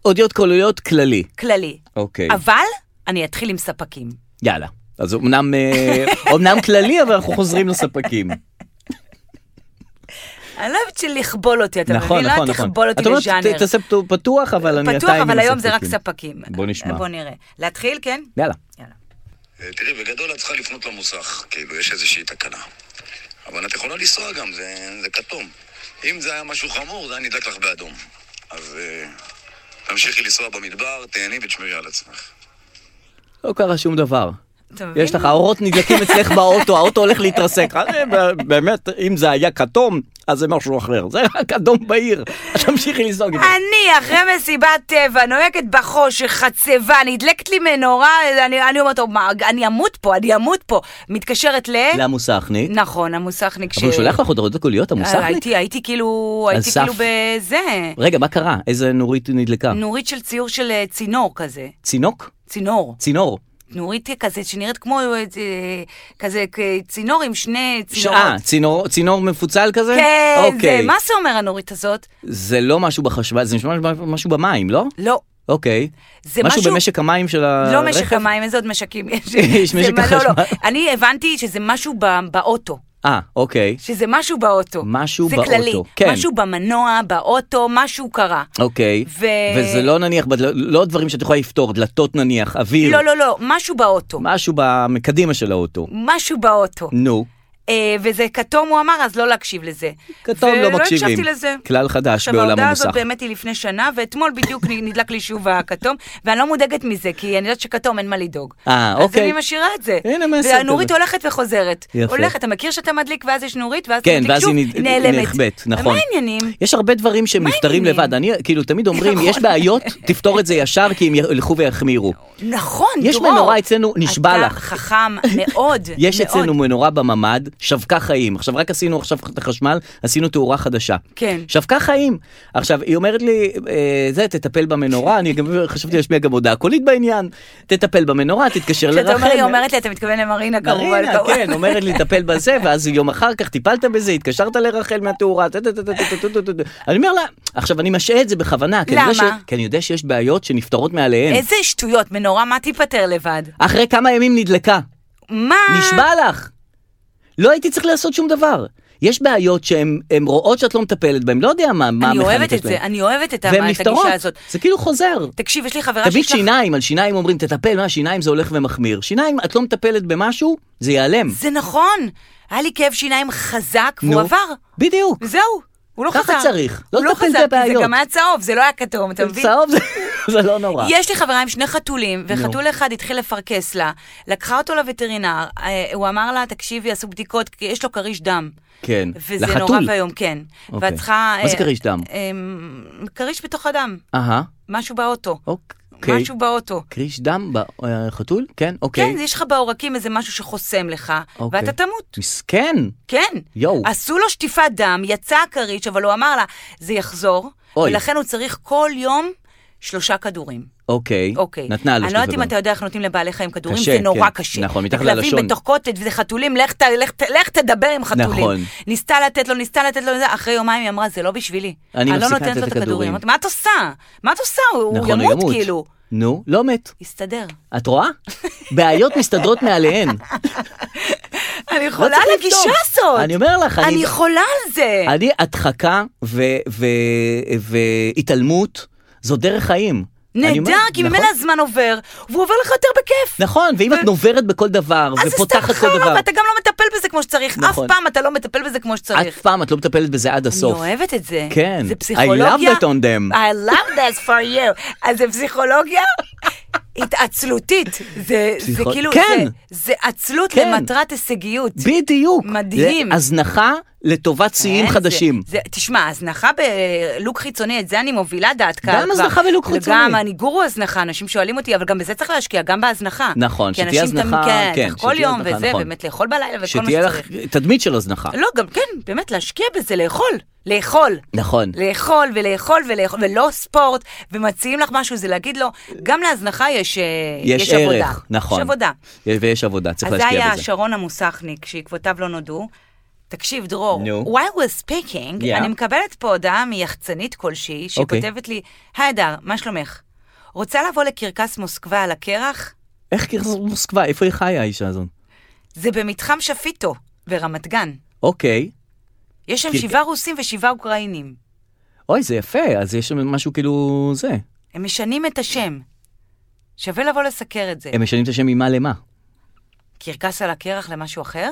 הודיעות קוליות כללי. כללי. אוקיי. אבל אני אתחיל עם ספקים. יאללה. אז אמנם, אה, אמנם כללי, אבל אנחנו חוזרים לספקים. אני לא אוהבת לכבול אותי, אתה נכון, מבין? לא נכון, אוהבת נכון. לכבול אותי את אומרת, לז'אנר. ת- תעשה פתו- פתוח, אבל אני פתוח, עדיין עם אבל היום זה רק הספקים. ספקים. בוא נשמע. בוא נראה. להתחיל, כן? יאללה. יאללה. אה, תראי, בגדול את צריכה לפנות למוסך, כאילו, יש איזושהי תקנה. אבל את יכולה לנסוע גם, זה, זה כתום. אם זה היה משהו חמור, זה היה נדלק לך באדום. אז אה, תמשיכי לנסוע במדבר, תהני ותשמרי על עצמך. לא קרה שום דבר. אתה מבין? יש לך האורות נדלקים אצלך באוטו, האוטו הולך להתרסק. אה, ב- באמת, אם זה היה כתום, אז זה משהו אחר. זה רק אדום בעיר. אז תמשיכי לזלוג את זה. אני אחרי מסיבת טבע, נוהגת בחושך, חצבה, נדלקת לי מנורה, אני, אני אומרת, "מה, אני אמות פה, אני אמות פה. מתקשרת ל... למוסכניק. נכון, המוסכניק ש... אבל הוא שולח לך הודעות הקוליות, המוסכניק? אה, הייתי, הייתי כאילו, על הייתי סף. כאילו בזה. רגע, מה קרה? איזה נורית נדלקה? נורית של ציור של אה, צינור כזה. צינוק? צינור. צינור. נורית כזה, שנראית כמו אה, אה, כזה כ- צינור עם שני צינורות. אה, צינור, צינור מפוצל כזה? כן, זה, אוקיי. מה זה אומר הנורית הזאת? זה לא משהו בחשמל, זה נשמע משהו במים, לא? לא. אוקיי. זה משהו משהו- במשק המים של הרכב? לא משק המים, איזה עוד משקים יש? יש זה משק מה- לא, לא. החשמל. אני הבנתי שזה משהו ב- באוטו. אה, אוקיי. שזה משהו באוטו. משהו זה באוטו, כללי. כן. משהו במנוע, באוטו, משהו קרה. אוקיי. ו- וזה לא נניח, בד- לא- לא דברים שאת יכולה לפתור, דלתות נניח, אוויר. לא, לא, לא, משהו באוטו. משהו בקדימה של האוטו. משהו באוטו. נו. אה, וזה כתום, הוא אמר, אז לא להקשיב לזה. כתום לא ולא מקשיבים. הקשבתי לזה. כלל חדש עכשיו, בעולם ההודעה הזאת המוסך. באמת היא לפני שנה, ואתמול בדיוק נ- נדלק לי שוב הכתום, ואני לא מודאגת מזה, כי אני יודעת שכתום אין מה לדאוג. אה, אז אוקיי. אני משאירה את זה. הנה, מסר כזה. והנורית הולכת וחוזרת. יפה. הולכת, אתה מכיר שאתה מדליק, ואז יש נורית, ואז אתה כן, מדליק ואז שוב, היא נד- נעלמת. נחבאת, נכון. ומה העניינים? יש הרבה דברים שהם מה נפתרים העניינים? לבד. אני, כאילו, תמיד אומרים, יש בעיות, תפתור את זה ישר, כי הם ילכו ויחמירו. נכון, דרור. יש מנורה אצלנו, נשבע אתה לך. חכם מאוד, יש מאוד. אצלנו מנורה בממ"ד, שבקה חיים. עכשיו רק עשינו עכשיו את החשמל, עשינו תאורה חדשה. כן. שבקה חיים. עכשיו, היא אומרת לי, אה, זה, תטפל במנורה, אני גם חשבתי להשמיע גם הודעה קולית בעניין. תטפל במנורה, תתקשר לרחל. כשאתה אומר, היא אומרת לי, אתה מתכוון למרינה כמובן. מרינה, כמובן." כן, אומרת לי, טפל בזה, ואז יום אחר כך טיפלת בזה, התקשרת לרחל מהתאורה, טה, טה, טה, טה, טה, טה, טה, טה, טה. אני אומר לה, עכשיו אני משעה את זה בכוונה, כי אני יודע למה? ש- כי אני יודע שיש בעיות שנפתרות מעליהן. איזה שטויות, מנורה, מה תיפטר לבד? אחרי כמה ימים נדלקה, מה? נשבע לך. לא הייתי צריך לעשות שום דבר. יש בעיות שהן הן רואות שאת לא מטפלת בהן, לא יודע מה מה אני המכניקה שלהן. אוהבת את זה, אני אוהבת את ה- והן את נפתרות. הגישה הזאת. זה כאילו חוזר. תקשיב, יש לי חברה תביא שיש לה... שיניים, על שיניים אומרים, תטפל, מה, שיניים זה הולך ומחמיר. שיניים, את לא מטפלת במשהו, זה ייעלם. זה נכון, היה לי כאב שיניים חזק, והוא נו, עבר. בדיוק. וזהו, הוא לא ככה חזר. צריך, לא הוא לא לטפל חזר, כי זה בבעיות. גם היה צהוב, זה לא היה כתום, אתה מבין? צהוב זה- זה לא נורא. יש לי חברה עם שני חתולים, וחתול אחד התחיל לפרכס לה, לקחה אותו לווטרינר, אה, הוא אמר לה, תקשיבי, עשו בדיקות, כי יש לו כריש דם. כן. וזה לחתול? נורא ואיום, כן. אוקיי. ואת צריכה... מה זה אה, כריש דם? אה, כריש בתוך הדם, אהה, משהו באוטו. אוקיי. משהו באוטו. כריש דם בחתול? כן, כן, אוקיי. יש לך בעורקים איזה משהו שחוסם לך, אוקיי. ואתה תמות. מסכן. כן. יואו. עשו לו שטיפת דם, יצא הכריש, אבל הוא אמר לה, זה יחזור, אוי. ולכן הוא צריך כל יום שלושה כדורים. אוקיי. אוקיי. נתנה לו אני לא יודעת שטיפת אם דם. אתה יודע איך נותנים לבעלי חיים כדורים, קשה, זה נורא כן. קשה. נכון, מתחת ללשון. וכלבים בתוך קוטג' וזה חתולים, לך ת- לך ת- לך תדבר עם חתולים. נכון. ניסתה לתת לו, ניסתה לתת לו, זה, אחרי יומיים היא אמרה, זה לא בשבילי. אני לא מפסיקה לתת נותנת לו את את הכדורים. הכדורים. אמרתי, מה את עושה? מה את עושה? הוא הוא נכון, הוא ימות כאילו. נו, לא מת. הסתדר. את רואה? בעיות מסתדרות מעליהן. אני לא חולה צריך על לבדוק. הגישה הזאת. אני אומר לך, אני... לא- אני חולה על זה. אני הדחקה ו- ו- והתעלמות, זו דרך חיים. אני אומר- נהדר, כי נכון? ממילא הזמן עובר, והוא עובר לך יותר בכיף. נכון, ואם את נוברת בכל דבר, אז זה סתם ופותחת כל חרא, דבר, ואתה גם לא מטפל בזה כמו שצריך. אף נכון. פעם אתה לא מטפל בזה כמו אף שצריך. פעם את לא מטפלת בזה עד אני הסוף. אוהבת את זה. כן. זה פסיכולוגיה. I love that on them. I love that for you. אז זה פסיכולוגיה התעצלותית. זה זה פסיכו- כאילו, כן. זה- זה עצלות כן. למטרת הישגיות. בדיוק. מדהים. זה הזנחה לטובת שיאים אין, חדשים. כן, זה, זה, תשמע, הזנחה בלוק חיצוני, את זה אני מובילה דעת קהל. גם הזנחה בלוק חיצוני. גם אני גורו הזנחה, אנשים שואלים אותי, אבל גם בזה צריך להשקיע, גם בהזנחה. נכון, כי שתהיה אנשים הזנחה, תמיד- כן, כן, צריך כל שתהיה יום, הזנחה, וזה, נכון. באמת לאכול בלילה וכל מה שתהיה לך שצריך. תדמית של הזנחה. לא, גם כן, באמת להשקיע בזה, לאכול. לאכול. נכון. לא. לאכול ולאכול ולאכול, ולא ספורט, ומציעים לך משהו, זה להגיד לו, גם להזנחה יש, אה, יש, יש ערך, עבודה. נכון. יש עבודה. יש- ויש עבודה, צריך אז זה להשקיע היה בזה. שרון המוסכניק, שעקבותיו לא נודעו. תקשיב, דרור, נו. while we're speaking, Yeah. אני מקבלת פה הודעה מיחצנית כלשהי, שהיא אוקיי. כותבת לי, היי אדר, מה שלומך? רוצה לבוא לקרקס מוסקבה על הקרח? איך קרס מוסקבה, איפה היא חיה האישה הזאת? זה במתחם שפיטו, ברמת גן. אוקיי. יש שם קרק- שבעה רוסים ושבעה אוקראינים. אוי, זה יפה, אז יש שם משהו כאילו זה. הם משנים את השם. שווה לבוא לסקר את זה. הם משנים את השם ממה למה. קרקס על הקרח למשהו אחר?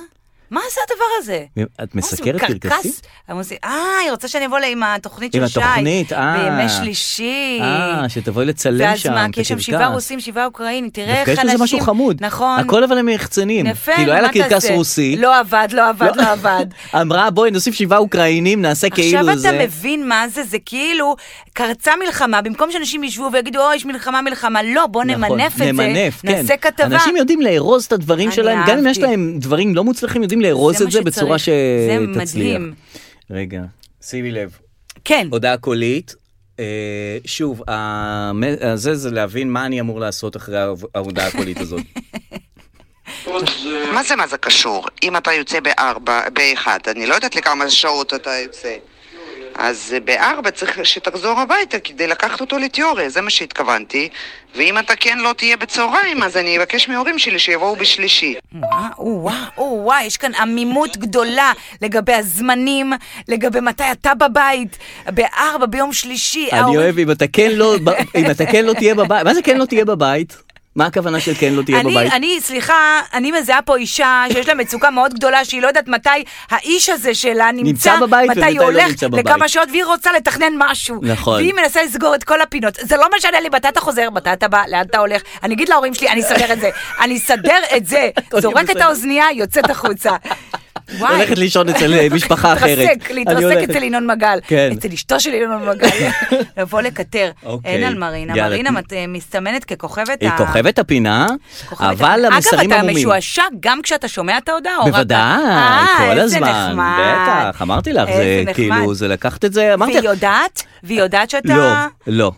מה זה הדבר הזה? את מה עושים? מסקרת קרקסים? הם עושים- אה, היא רוצה שאני אבוא לה עם התוכנית של עם שי. התוכנית, אה. בימי שלישי. אה, שתבואי לצלם ואז שם, מה, כי יש שם בקרקס. שבעה רוסים, שבעה אוקראינים, תראה איך דווקא יש אנשים... לזה משהו חמוד. נכון. הכל אבל הם יחצנים. יפה, כאילו היה מה לה קרקס תעשה? רוסי. לא עבד, לא עבד, לא עבד. אמרה בואי נוסיף שבעה אוקראינים, נעשה כאילו זה. עכשיו אתה מבין מה זה, זה כאילו קרצה מלחמה, במקום שאנשים ישבו ויגידו, אוי, יש מלחמה, מלחמה, לא, בוא נכון, נמנף את זה, נמנף, כן. נעשה כתבה. אנשים יודעים לארוז את הדברים אני שלהם, גם אם יש אהבתי. להם דברים לא מוצלחים, יודעים לארוז זה את מה זה בצורה שצריך. שתצליח. זה מדהים. רגע, שימי לב, כן, הודעה קולית, אה, שוב, המ- הזה זה להבין מה אני אמור לעשות אחרי העב- ההודעה הקולית הזאת. מה זה מה זה קשור? אם אתה יוצא בארבע, באחד, אני לא יודעת לכמה שעות אתה יוצא. אז אה, בארבע צריך שתחזור הביתה כדי לקחת אותו לתיאוריה, זה מה שהתכוונתי. ואם אתה כן לא תהיה בצהריים, אז אני אבקש מההורים שלי שיבואו בשלישי. וואו, וואו, וואו, יש כאן עמימות גדולה לגבי הזמנים, לגבי מתי אתה בבית, בארבע, ביום שלישי. אני ההורים- אוהב אם אתה כן לא, ב- אם אתה כן לא תהיה בבית, מה זה כן לא תהיה בבית? מה הכוונה של כן לא תהיה אני, בבית? אני, סליחה, אני מזהה פה אישה שיש לה מצוקה מאוד גדולה, שהיא לא יודעת מתי האיש הזה שלה נמצא, נמצא בבית מתי ומתי היא לא הולך נמצא בבית. לכמה שעות, והיא רוצה לתכנן משהו. נכון. והיא מנסה לסגור את כל הפינות. זה לא משנה לי מתי אתה חוזר, מתי אתה בא, לאן אתה הולך. אני אגיד להורים שלי, אני אסדר את זה. אני אסדר את זה. הכל יהיה זורק את בסדר. האוזנייה, יוצאת החוצה. וואי. הולכת לישון אצל אה, משפחה אחרת. להתרסק, אני להתרסק הולכת. אצל ינון מגל. כן. אצל אשתו של ינון מגל. לבוא לקטר. אוקיי. אין על מרינה. יאללה. מרינה מת- מסתמנת ככוכבת היא ה... כוכבת הפינה, כוכבת אבל ה- המסרים אגב, אתה עמומים. משועשע גם כשאתה שומע את ההודעה? או רק- בוודאי, אה, כל איזה הזמן, נחמד. בטח, אמרתי לך, איזה זה נחמד. כאילו, זה לקחת את זה, אמרתי והיא לך, יודעת? והיא יודעת שאתה... לא, לא.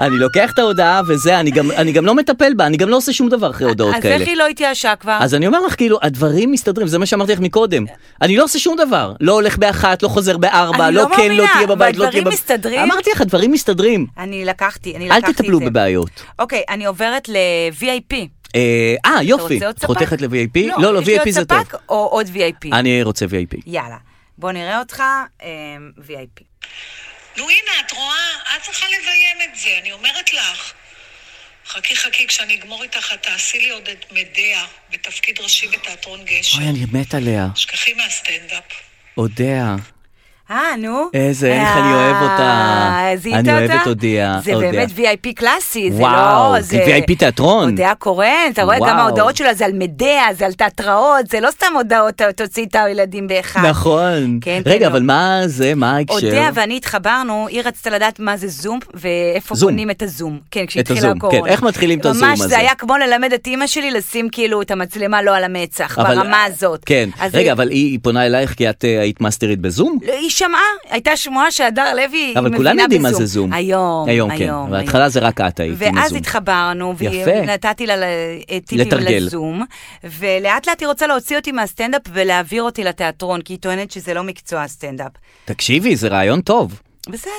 אני לוקח את ההודעה וזה, אני גם- אני גם לא מטפל בה, אני גם לא עושה שום דבר אחרי הודעות אז כאלה. איך היא לא התייאשה כבר? אז אני אומר לך, כאילו, הדברים מסתדרים, זה מה שאמרתי לך מקודם. אני לא עושה שום דבר. לא הולך באחת, לא חוזר בארבע, אני לא לא כן, לא מאמינה, תהיה בבית, לא תהיה והדברים בבית. מסתדרים? אמרתי לך, הדברים מסתדרים. אני לקחתי, אני אל לקחתי את זה. תטפלו בבעיות. אוקיי, אני עוברת ל-VIP. אה, אה, יופי. רוצה עוד את חותכת ספק? ל-VIP? לא, לא, יש לי VIP זה עוד טוב. ספק או עוד VIP? אני רוצה VIP. יאללה, בוא נראה אותך אמ, VIP. נו הנה, את רואה? את צריכה לביים את זה, אני אומרת לך. חכי חכי, כשאני אגמור איתך, את תעשי לי עוד את מדיה בתפקיד ראשי בתיאטרון גשר. אוי, אני מת עליה. שכחי מהסטנדאפ. אודיה. אה, נו. איזה, איך אני אוהב אותה. אה, זיהית אני אותה? אוהב את הודיה, זה הודיה. באמת VIP קלאסי, זה וואו, לא... זה VIP תיאטרון. הודיה קורן, אתה רואה, וואו. גם ההודעות שלה זה על מדיה, זה על תיאטראות, זה לא סתם הודעות, "ת- תוציא את הילדים באחד. נכון. כן, כן, רגע, לא. אבל מה זה, מה ההקשר? אודיה ואני התחברנו, היא רצתה לדעת מה זה זום ואיפה זום. קונים את הזום. כן, כשהתחילה הזום, הקורונה. כן, איך מתחילים את הזום ממש הזה? זה היה כמו ללמד את אימא שלי לשים כאילו את המצלמה לא על המצח, אבל- ברמה הזאת. כן. אז רגע, היא- אבל היא היא פונה אלייך כי את אה, היית מאסטרית בזום? לא, היא שמעה, הייתה שמועה שהדר לוי היא מבינה בזום. אבל כולם יודעים מה זה זום. היום, היום. היום, כן. בהתחלה זה רק את היית עם ואז הזום. התחברנו, יפה. ונתתי לה ל- טיפים לתרגל. לזום, ולאט לאט היא רוצה להוציא אותי מהסטנדאפ ולהעביר אותי לתיאטרון, כי היא טוענת שזה לא מקצוע הסטנדאפ. תקשיבי, זה רעיון טוב. בסדר,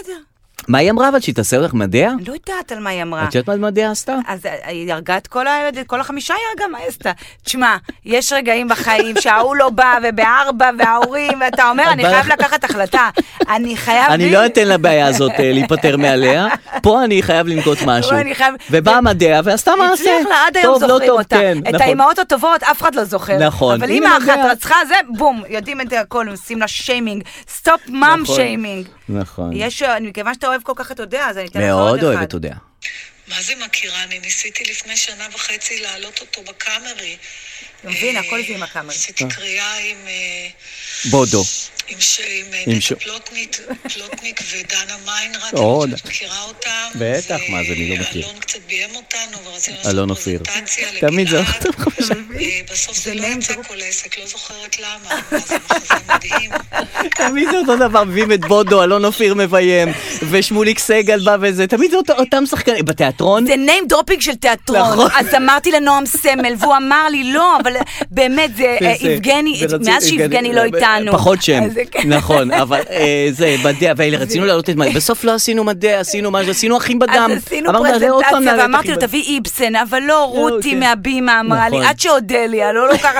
מה היא אמרה אבל שהיא תעשה לך מדיה? אני לא יודעת על מה היא אמרה. אה, את יודעת מה מדיה עשתה? אז היא הרגה את כל הילד, כל החמישה היא הרגה, מה היא עשתה? תשמע, יש רגעים בחיים שההוא לא בא, ובארבע, וההורים, ואתה אומר, אני אבל- חייב לקחת החלטה. אני חייב... אני לי- לא אתן לבעיה הזאת אה, להיפטר מעליה, פה אני חייב לנקוט משהו. פה אני חייב- ובאה מדיה ועשתה מעשה. הצליח לה, עד היום טוב, לא זוכרים טוב, אותה. כן, את נכון. האימהות הטובות אף אחד לא זוכר. נכון. אבל הנה אימא אחת יודע. רצחה זה, בום, יודעים את הכל, עושים לה שיימינג. סטופ מאם נכון. שיימינג. נכון. יש, מכיוון שאתה אוהב כל כך את יודע, אז אני אתן לך עוד מאוד אחד. אוהבת, אתה יודע. מה זה מכירה? אני ניסיתי לפני שנה וחצי להעלות אותו בקאמרי. אתה מבין, אה, הכל זה עם הקאמרי. עשיתי קריאה עם... אה, בודו. עם ש- עם, אה, עם נטע ש- פלוטניק, פלוטניק ודנה מיינרד, עוד. אני חושבת שאת מכירה אותם. בטח, מה זה, אני לא מכיר. אלון קצת ביים אותנו, ורצינו אלון לעשות אופיר. פרזנטציה לגלעד. תמיד זה לא אותם חמישה. אה, בסוף זה זה לא name יצא drop. כל עסק, לא זוכרת למה. אבל זה מחזה מדהים. תמיד זה אותו דבר, מביאים את בודו, אלון אופיר מביים, ושמוליק סגל בא וזה, תמיד זה אותו- אותם שחקנים, בתיאטרון, זה name dropping של תיאטרון, נכון. אז אמרתי לנועם סמל, והוא אמר לי לא, אבל באמת, זה אה, זה- יבגני, זה רצו- מאז שיבגני לא איתנו. אה, פחות שם, אז זה כן. נכון, אבל אה, זה, מדע, ואלה רצינו להעלות את מדע, בסוף לא עשינו מדע, עשינו משהו, עשינו אחים בדם. אז עשינו אמרנו, "נעלה עוד פעם פרזנטציה נעלה את ואמרתי אחים לו בדם". תביא איבסן, אבל לא רותי אוקיי. מהבימה אמרה לי, נכון. עד שאודליה, לא לוקחת...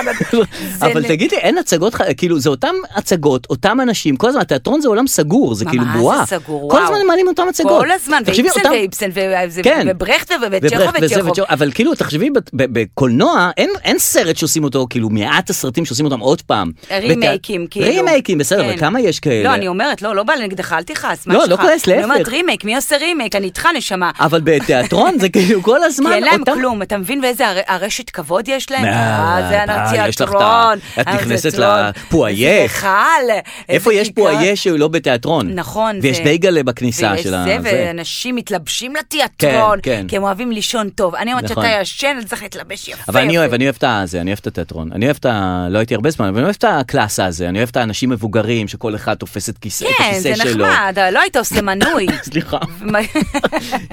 זה אבל נ- תגידי, אין הצגות, ח- כאילו, זה אותם הצגות, אותם אנשים, כל הזמן, התיאטרון זה עולם סגור, זה מה, כאילו מה זה בועה. סגור? כל וואו. הזמן הם מעלים אותם הצגות. כל הזמן, תחשבי, ואיבסן אותם- ואיבסן, ו- זה- כן. וברכט ו- וצ'כו וברכט וזה וצ'כו. וצ'כו, אבל כאילו תחשבי בת- ב- בקולנוע אין, אין סרט שעושים אותו כאילו מעט הסרטים שעושים אותם עוד פעם. רימייקים, בת- כאילו. רימייקים בסדר, אבל כמה יש כאלה? לא, אני אומרת, לא, לא בא נגדך, אל תכעס, מה לא, יש לא לך? כועס, אני אומרת להפך. רימייק, מי עושה רימייק? אני איתך, נשמה. אבל בתיאטרון זה כאילו כל הזמן כי אין להם אותם. כלום, אתה מבין באיזה הר- הרשת כבוד יש להם? מה, אה, זה אה, יש לך את ה- התיאטרון. את אה, זה נכנסת תיאטרון. לפואיה. איזה היכל, איפה איזה יש כיכר. פה איה שהוא לא בתיאטרון? נכון. ויש זה- בייגלה בכניסה ויש של ה... זה, זה. ואנשים מתלבשים לתיאטרון, כן, כן. כי הם אוהבים לישון טוב. אני אומרת נכון. שאתה ישן, אז צריך להתלבש יפה. אבל אני יפה. אוהב, אני אוהב את הזה, אני אוהב את התיאטרון. אני אוהב את ה... לא הייתי הרבה זמן, אבל אני אוהב את הקלאסה הזה, אני אוהב את האנשים מבוגרים, שכל אחד תופס את כיסא את כן, הכיסא זה שלו. נחמד, אבל לא היית עושה מנוי. סליחה. מה-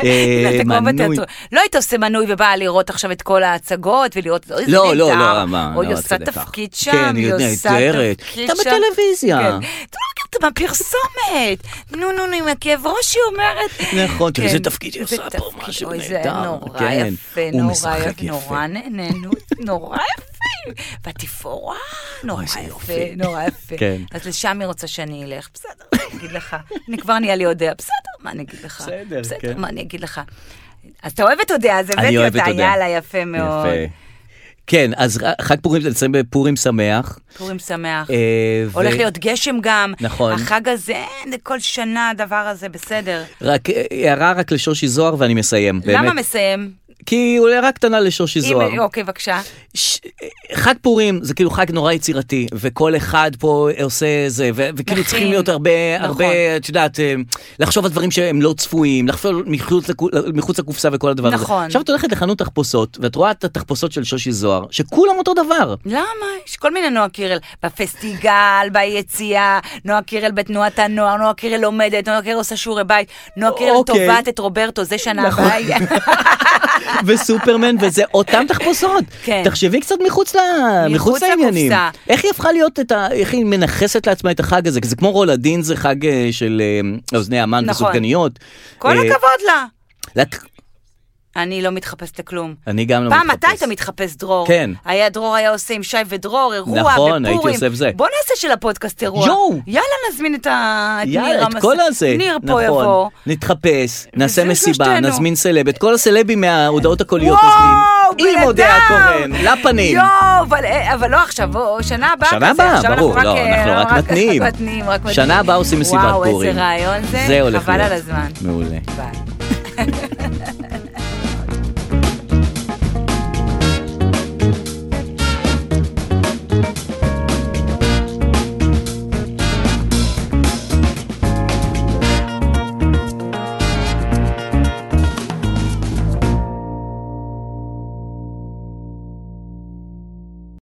אה, אתה כמו מנוי. בתיאטרון. לא היית עושה מנוי ובאה לראות עכשיו את כל ההצגות ולראות, אוי, זה לא, לא, נהדר. לא, מה, אוי, לא, היא עד עושה כדי כך. תפקיד כן, שם, היא היא עושה נהדרת. תפקיד אתה שם. בטלוויזיה. כן. אתה לא מכיר אותה מהפרסומת. נו, נו, נו, עם הכאב ראש היא אומרת. נכון, תראה, כן, איזה תפקיד היא זה עושה פה, תפקיד, משהו אוי, זה נהדר. נורא כן, יפה, הוא נורא משחק יפה, יפה. נורא נהנינו, נורא יפה. בתפאורה, נורא איזה יופי. יפה, נורא יפה. כן. אז לשם היא רוצה שאני אלך, בסדר, מה אני אגיד לך. אני כבר נהיה לי יודע, בסדר, מה אני אגיד לך. בסדר, בסדר, כן. מה אני אגיד לך. אז אתה אוהב את יודע, אז אני הבאתי אוהב את אותה, יודע. יאללה, יפה מאוד. יפה. כן, אז ר- חג פורים, נצאים בפורים שמח. פורים שמח. אה, ו- הולך להיות גשם גם. נכון. החג הזה, אין, כל שנה הדבר הזה, בסדר. רק אה, הערה רק לשושי זוהר ואני מסיים, באמת. למה מסיים? כי הוא הערה קטנה לשושי אם- זוהר. אוקיי, בבקשה. ש... חג פורים זה כאילו חג נורא יצירתי וכל אחד פה עושה זה ו... וכאילו מכין. צריכים להיות הרבה נכון. הרבה את יודעת אה, לחשוב על דברים שהם לא צפויים לחשוב על מחוץ, לקו... מחוץ לקופסה וכל הדבר הזה. נכון. עכשיו את הולכת לחנות תחפושות ואת רואה את התחפושות של שושי זוהר שכולם אותו דבר. למה? יש כל מיני נועה קירל. בפסטיגל, ביציאה, נועה קירל בתנועת הנוער, נועה קירל לומדת, נועה קירל עושה שיעורי בית, נועה קירל אוקיי. תובעת את רוברטו, זה שנה נכון. הבאה. יהיה. וסופרמן וזה אותם תחפושות. כן. תחשבי קצת מחוץ, ל... מחוץ, מחוץ לעניינים. לקופסה. איך היא הפכה להיות את ה... איך היא מנכסת לעצמה את החג הזה? כי זה כמו רולדין זה חג אה, של אה, אוזני המן נכון. וסופגניות. כל אה, הכבוד לה. לת... אני לא מתחפשת לכלום. אני גם לא מתחפש. פעם אתה היית מתחפש דרור. כן. היה דרור היה עושה עם שי ודרור, אירוע בפורים. נכון, הייתי עושה את זה. בוא נעשה של הפודקאסט אירוע. יואו! יאללה נזמין את ה- את ניר יאללה, את המס- כל הזה. ניר פה נכון. יבוא. נתחפש, נעשה וזה מסיבה, שלושתנו. נזמין סלב, את כל הסלבים מההודעות הקוליות וואו, בן נזמין. אדם! עם אודיה הכהן, לפנים. יואו, אבל, אה, אבל לא עכשיו, בוא, שנה הבאה. שנה כזה, הבאה, עכשיו ברור, אנחנו לא, אה, אנחנו רק מתניעים. רק מתניעים, רק מתניעים. שנה הבאה עושים מסיבת וואו, פורים. איזה רעיון זה. זה הולך חבל להיות. על הזמן. מעולה. ביי.